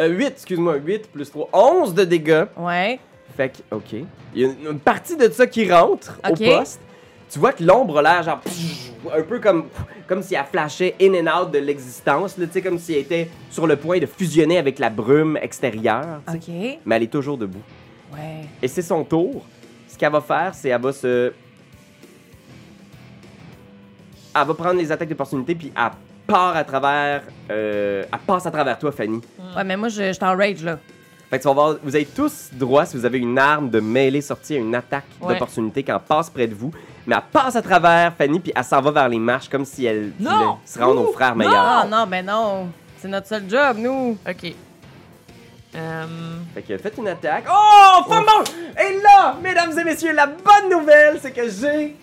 Speaker 3: Euh, 8, excuse-moi, 8 plus 3. 11 de dégâts.
Speaker 2: Ouais.
Speaker 3: Fait que, ok. Il y a une, une partie de ça qui rentre
Speaker 2: Ok.
Speaker 3: au poste. Tu vois que l'ombre a l'air genre. pfff, un peu comme, comme si elle flashait in and out de l'existence, là, tu sais, comme si elle était sur le point de fusionner avec la brume extérieure. tu sais.
Speaker 2: Ok. Ouais.
Speaker 3: Mais elle est toujours debout. Et c'est son tour. Ce qu'elle va faire, c'est elle va se. Elle va prendre les attaques d'opportunité, puis elle part à travers. euh, elle passe à travers toi, Fanny.
Speaker 2: Ouais, mais moi, je, je suis en rage, là.
Speaker 3: Fait que tu vas voir- vous avez tous droit, si vous avez une arme de mêlée sortie à une attaque
Speaker 6: Ouais.
Speaker 3: d'opportunité quand elle passe près de vous. Mais elle passe à travers Fanny, puis elle s'en va vers les marches comme si elle
Speaker 6: Non!
Speaker 3: voulait se rendre aux frères meilleurs.
Speaker 2: Ah, non, ben non. C'est notre seul job, nous.
Speaker 6: Ok. Euh,
Speaker 3: Fait que faites une attaque. Oh, Fumble! Et là, mesdames et messieurs, la bonne nouvelle, c'est que j'ai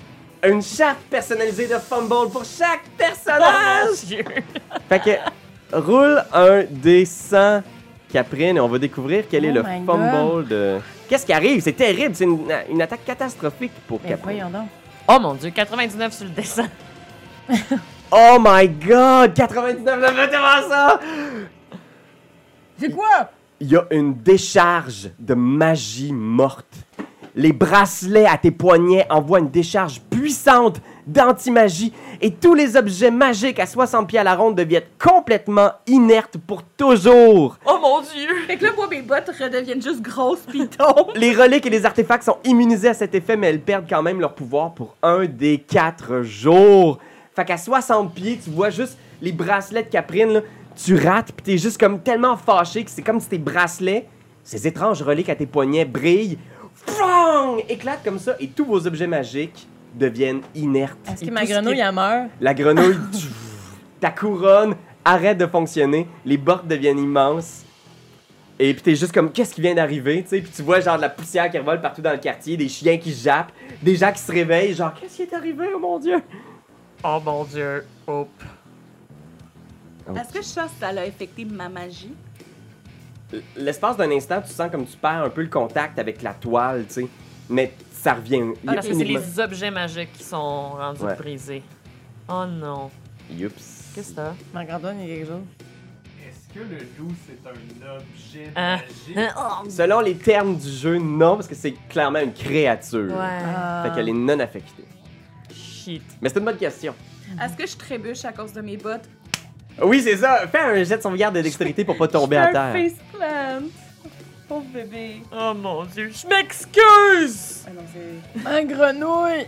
Speaker 3: une charte personnalisée de Fumble pour chaque personnage!
Speaker 6: Dieu.
Speaker 3: fait que roule un des 100, Caprine, et on va découvrir quel est le
Speaker 2: Oh my
Speaker 3: Fumble de... Qu'est-ce qui arrive? C'est terrible, c'est une, une attaque catastrophique pour
Speaker 2: Mais
Speaker 3: Caprine.
Speaker 2: Ben voyons donc.
Speaker 6: Oh mon dieu, 99 sur le dessin.
Speaker 3: Oh my god! 99, le fait devant ça!
Speaker 2: C'est quoi?
Speaker 3: il y a une décharge de magie morte. Les bracelets à tes poignets envoient une décharge puissante d'anti-magie et tous les objets magiques à 60 pieds à la ronde deviennent complètement inertes pour toujours.
Speaker 6: Oh mon dieu.
Speaker 4: Fait que là, moi, mes bottes redeviennent juste grosses pis tombent.
Speaker 3: Les reliques et les artefacts sont immunisés à cet effet, mais elles perdent quand même leur pouvoir pour un des quatre jours. Fait qu'à 60 pieds, tu vois juste les bracelets de Caprine, là, tu rates, pis t'es juste comme tellement fâché que c'est comme si tes bracelets, ces étranges reliques à tes poignets brillent, fang, éclatent comme ça, et tous vos objets magiques deviennent inertes.
Speaker 2: Est-ce
Speaker 3: Et
Speaker 2: que
Speaker 3: tout
Speaker 2: ma
Speaker 3: ce qui
Speaker 2: grenouille,
Speaker 3: est-
Speaker 2: elle meurt?
Speaker 3: La grenouille, tchou, [laughs] ta couronne arrête de fonctionner, les bords deviennent immenses. Et puis t'es juste comme qu'est-ce qui vient d'arriver, tu sais, puis tu vois genre de la poussière qui revole partout dans le quartier, des chiens qui jappent, des gens qui se réveillent, genre qu'est-ce qui est arrivé, oh mon dieu.
Speaker 6: Oh mon dieu. Oups.
Speaker 4: Est-ce que je sens que ça a affecté ma magie?
Speaker 3: L- L'espace d'un instant, tu sens comme tu perds un peu le contact avec la toile, tu sais, mais ça revient.
Speaker 6: Ah, parce que c'est
Speaker 3: uniquement.
Speaker 6: les objets magiques qui sont rendus
Speaker 3: Ouais.
Speaker 6: brisés. Oh non.
Speaker 3: Youps.
Speaker 6: Qu'est-ce que t'as?
Speaker 2: Ma grenouille, il y a quelque chose.
Speaker 7: Est-ce que le loup, c'est un objet
Speaker 5: Euh,
Speaker 6: Hein?
Speaker 7: magique?
Speaker 6: Hein? Oh.
Speaker 3: Selon les termes du jeu, non, parce que c'est clairement une créature.
Speaker 6: Ouais.
Speaker 2: Ah.
Speaker 3: Fait qu'elle est non affectée.
Speaker 6: Shit.
Speaker 3: Mais c'est une bonne question.
Speaker 4: Est-ce que je trébuche à cause de mes bottes?
Speaker 3: Oui, c'est ça. Fais un jet de sauvegarde de dextérité pour pas tomber à
Speaker 4: Un
Speaker 3: terre.
Speaker 4: faceplant! Pauvre bébé!
Speaker 6: Oh mon dieu. Je m'excuse.
Speaker 4: Ah non, c'est...
Speaker 2: Ma grenouille!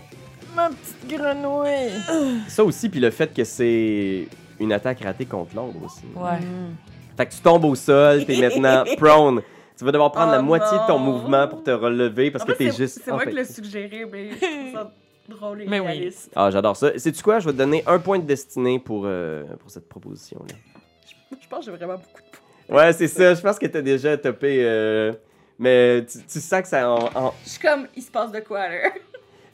Speaker 2: Ma petite grenouille!
Speaker 3: Ça aussi, puis le fait que c'est une attaque ratée contre l'ombre aussi.
Speaker 6: Ouais.
Speaker 2: Mm.
Speaker 3: Fait que tu tombes au sol,
Speaker 4: [laughs]
Speaker 3: t'es maintenant prone. Tu vas devoir prendre
Speaker 4: Oh
Speaker 3: la moitié de ton
Speaker 4: non.
Speaker 3: mouvement pour te relever parce
Speaker 4: En
Speaker 3: que
Speaker 4: fait,
Speaker 3: t'es
Speaker 4: c'est-
Speaker 3: juste.
Speaker 4: C'est
Speaker 3: Ah,
Speaker 4: moi
Speaker 3: fait-
Speaker 4: qui l'ai suggéré, mais je trouve ça drôle et
Speaker 6: Mais oui.
Speaker 4: réaliste.
Speaker 3: Ah, j'adore ça. Sais-tu quoi? Je vais te donner un point de destinée pour, euh, pour cette proposition-là.
Speaker 4: Je pense que j'ai vraiment beaucoup de points.
Speaker 3: Ouais, c'est ça. Je pense que t'as déjà topé. euh, Mais tu, tu sens que ça. en- en-
Speaker 4: Je suis comme, il se passe de quoi, là?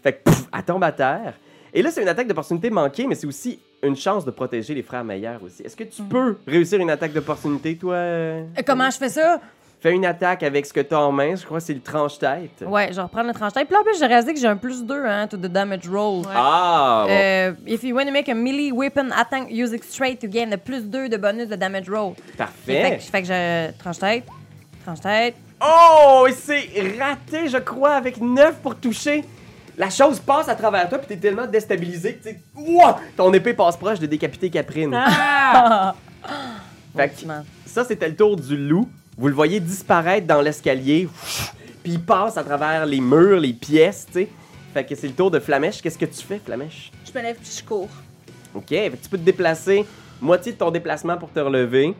Speaker 3: Fait que, pff, elle tombe à terre. Et là, c'est une attaque d'opportunité manquée, mais c'est aussi une chance de protéger les frères Meyer aussi. Est-ce que tu
Speaker 2: Mm.
Speaker 3: peux réussir une attaque d'opportunité, toi? euh?
Speaker 2: Euh, Comment je fais ça?
Speaker 3: Fais une attaque avec ce que t'as en main, je crois que c'est le tranche-tête.
Speaker 2: Ouais, je reprends le tranche-tête. Puis là, en plus, j'ai réalisé que j'ai un plus 2 hein, to the damage roll.
Speaker 3: Ah! bon.
Speaker 2: Euh, if you want to make a melee weapon attack, use it straight to gain a plus 2 de bonus de damage roll. Fait
Speaker 3: Parfait!
Speaker 2: que, fait que je tranche-tête, tranche-tête.
Speaker 3: Oh! Et c'est raté, je crois, avec 9 pour toucher! La chose passe à travers toi, puis t'es tellement déstabilisé que t'es... Ouah! Ton épée passe proche de décapiter Caprine.
Speaker 2: Ah.
Speaker 3: Ah! Fait que-
Speaker 2: Effectivement.
Speaker 3: Ça, c'était le tour du loup. Vous le voyez disparaître dans l'escalier. Puis il passe à travers les murs, les pièces, tu sais. Fait que c'est le tour de Flamèche. Qu'est-ce que tu fais, Flamèche?
Speaker 4: Je me lève puis je cours.
Speaker 3: OK, fait que tu peux te déplacer. Moitié de ton déplacement pour te relever.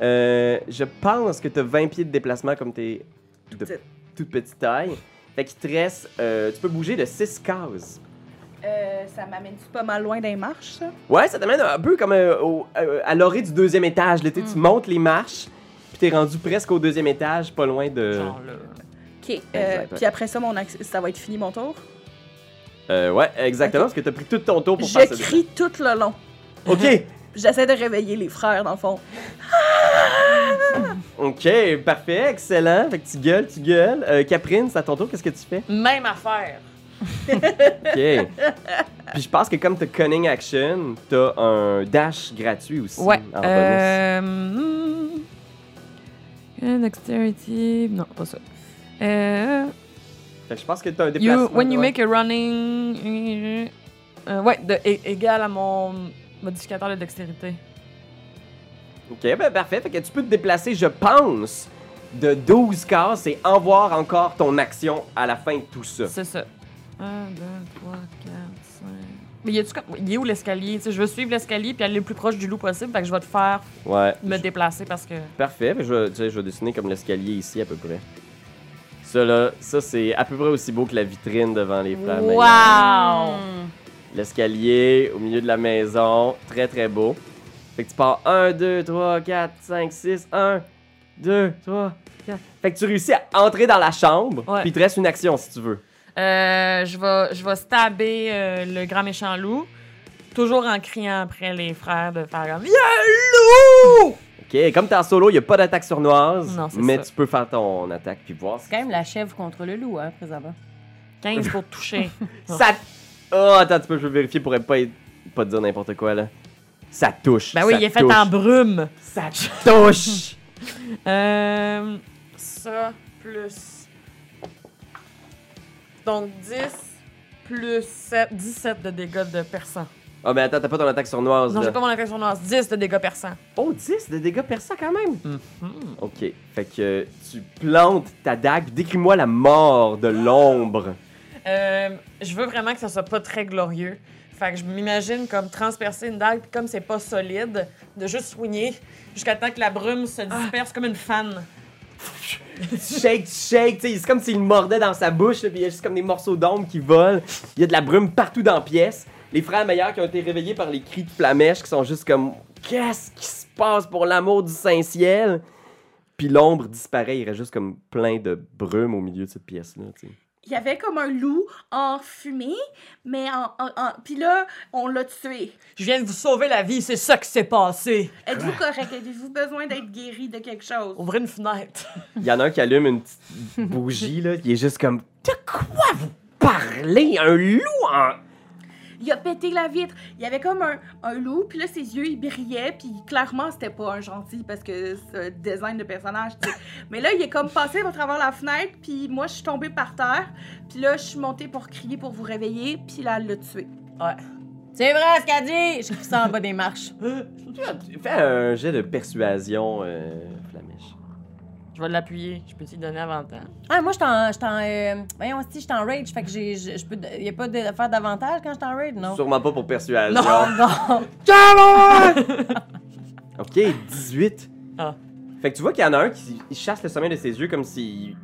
Speaker 3: Euh, je pense que tu as 20 pieds de déplacement comme t'es de
Speaker 4: petite.
Speaker 3: toute petite taille. Fait qu'il te reste... euh, tu peux bouger de 6 cases.
Speaker 4: Euh, ça m'amène-tu pas mal loin des marches, ça?
Speaker 3: Ouais, ça t'amène un peu comme euh, au- euh, à l'orée du deuxième
Speaker 6: Euh.
Speaker 3: étage. là, tu sais, Tu montes les marches, puis t'es rendu presque au deuxième étage, pas loin de...
Speaker 6: Genre là.
Speaker 4: Ok. euh,
Speaker 3: Exact, ouais.
Speaker 4: puis après ça, mon axe- ça va être fini mon tour.
Speaker 3: Euh, ouais, exactement, parce que t'as pris tout ton tour pour
Speaker 4: Je
Speaker 3: faire ça.
Speaker 4: crie tout le long.
Speaker 3: Ok,
Speaker 4: J'essaie de réveiller les frères, dans le fond.
Speaker 3: ok, parfait, excellent. Fait que tu gueules, tu gueules. Euh, Caprine, c'est à ton tour, qu'est-ce que tu fais?
Speaker 5: Même affaire. [laughs]
Speaker 3: Ok. Puis je pense que comme t'as Cunning Action, t'as un dash gratuit aussi.
Speaker 5: Ouais.
Speaker 3: En bonus.
Speaker 5: Euh. hmm. Euh, Dexterity. Non, pas ça. Euh.
Speaker 3: Fait que je pense que t'as un déplacement.
Speaker 5: You, when you
Speaker 3: ouais.
Speaker 5: make a running. Euh, ouais, de- é- égal à mon modificateur de dextérité.
Speaker 3: Ok, ben parfait. Fait que tu peux te déplacer, je pense, de 12 cases et avoir encore ton action à la fin de tout ça.
Speaker 5: C'est ça. 1, 2, 3, 4, 5. Mais y a-tu comme. Il est où l'escalier? Tu sais, je veux suivre l'escalier puis aller le plus proche du loup possible. Fait que je vais te faire
Speaker 3: Ouais.
Speaker 5: me
Speaker 3: Je-
Speaker 5: déplacer parce que.
Speaker 3: Parfait. Fait que Je, vais- tu sais, je vais dessiner comme l'escalier ici à peu près. Ça là, ça c'est à peu près aussi beau que la vitrine devant les flammes. Ah!
Speaker 5: Wow!
Speaker 2: Hmm.
Speaker 3: L'escalier au milieu de la maison, très très beau. Fait que tu pars 1, 2, 3, 4, 5, 6, 1, 2, 3, 4. Fait que tu réussis à entrer dans la chambre,
Speaker 5: Ouais.
Speaker 3: puis il te reste une action si tu veux.
Speaker 5: Euh, je vais, je vais stabber euh, le grand méchant loup, toujours en criant après les frères de faire comme, Yeah!
Speaker 3: Ok, comme t'es en solo, il a pas d'attaque sournoise,
Speaker 5: Non, c'est
Speaker 3: mais
Speaker 5: ça.
Speaker 3: tu peux faire ton attaque puis voir.
Speaker 2: C'est quand même la chèvre contre le loup, hein, présentement.
Speaker 5: 15 pour toucher.
Speaker 3: Ça. Oh, attends, tu peux je veux vérifier pour pas, être- pas te dire n'importe quoi là. Ça touche.
Speaker 5: [laughs] ben oui,
Speaker 3: ça
Speaker 5: il est fait
Speaker 3: touche.
Speaker 5: en brume.
Speaker 3: Ça touche.
Speaker 5: Euh,
Speaker 8: Ça plus. Donc 10.
Speaker 5: plus 7, 17 de dégâts de persan.
Speaker 3: Ah, mais attends, t'as pas ton attaque sournoise
Speaker 5: Non,
Speaker 3: là.
Speaker 5: j'ai pas mon attaque sournoise. 10 de dégâts persan.
Speaker 3: Oh, 10 de dégâts persa quand même. Mm-hmm. Ok, fait que tu plantes ta dague, puis décris-moi la mort de l'ombre.
Speaker 5: Euh, je veux vraiment que ça soit pas très glorieux. Fait que je m'imagine comme transpercer une dague, puis comme c'est pas solide, de juste soigner jusqu'à temps que la brume se disperse comme une fan.
Speaker 3: [laughs] Tu shake, tu shake, tu sais, c'est comme s'il mordait dans sa bouche, là, puis il y a juste comme des morceaux d'ombre qui volent. Il y a de la brume partout dans la pièce. Les frères Meilleurs qui ont été réveillés par les cris de Flamèche qui sont juste comme Qu'est-ce qui se passe pour l'amour du Saint-Ciel? Puis l'ombre disparaît, il reste juste comme plein de brume au milieu de cette pièce-là. tu sais.
Speaker 4: Il y avait comme un loup en fumée, mais en. en- en- Puis là, on l'a tué.
Speaker 5: Je viens de vous sauver la vie, c'est ça qui s'est passé.
Speaker 4: Êtes-vous correct? Avez-vous besoin d'être guéri de quelque chose?
Speaker 5: Ouvrez une fenêtre.
Speaker 3: Il y en a un qui allume une petite bougie, là, qui est juste comme De quoi vous parlez? Un loup en.
Speaker 4: Il a pété la vitre. Il y avait comme un, un loup, puis là, ses yeux, ils brillaient, puis clairement, c'était pas un gentil parce que c'est un design de personnage, tu sais. Mais là, il est comme passé à travers la fenêtre, puis moi, je suis tombée par terre, puis là, je suis montée pour crier, pour vous réveiller, puis là, elle l'a tué.
Speaker 2: C'est vrai ce qu'elle dit! Je crie ça en bas
Speaker 3: [laughs]
Speaker 2: des marches.
Speaker 3: Fais un jet de persuasion, euh, Flamèche.
Speaker 5: Je vais l'appuyer. Je peux t'y donner avantage.
Speaker 2: Ah, moi, je t'en. Je t'en euh, voyons, si, je t'en rage. Fait que j'ai. Je, je peux. Il n'y a pas de faire davantage quand je t'en rage, non?
Speaker 3: Sûrement pas pour persuasion.
Speaker 2: non.
Speaker 3: Ok, 18.
Speaker 5: Ah.
Speaker 3: Fait que tu vois qu'il y en a un qui il chasse le sommeil de ses yeux comme s'il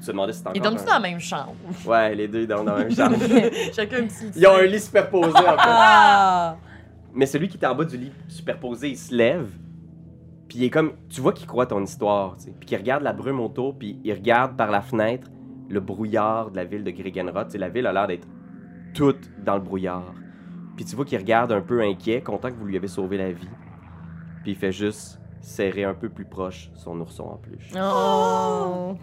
Speaker 3: se demandait si c'était
Speaker 5: Ils
Speaker 3: encore.
Speaker 5: dorment-tu
Speaker 3: un-
Speaker 5: dans la même chambre?
Speaker 3: Ouais, les deux ils dorment dans la même
Speaker 5: [laughs]
Speaker 3: chambre.
Speaker 5: Chacun un petit.
Speaker 3: Ils ont un lit superposé en fait.
Speaker 2: Ah!
Speaker 3: Mais celui qui est en bas du lit superposé, il se lève. Puis il est comme. Tu vois qu'il croit ton histoire, tu sais. Puis qu'il regarde la brume autour, puis il regarde par la fenêtre le brouillard de la ville de Gregenrod. Tu sais, la ville a l'air d'être toute dans le brouillard. Puis tu vois qu'il regarde un peu inquiet, content que vous lui avez sauvé la vie. Puis il fait juste serrer un peu plus proche son ourson en peluche.
Speaker 2: Oh!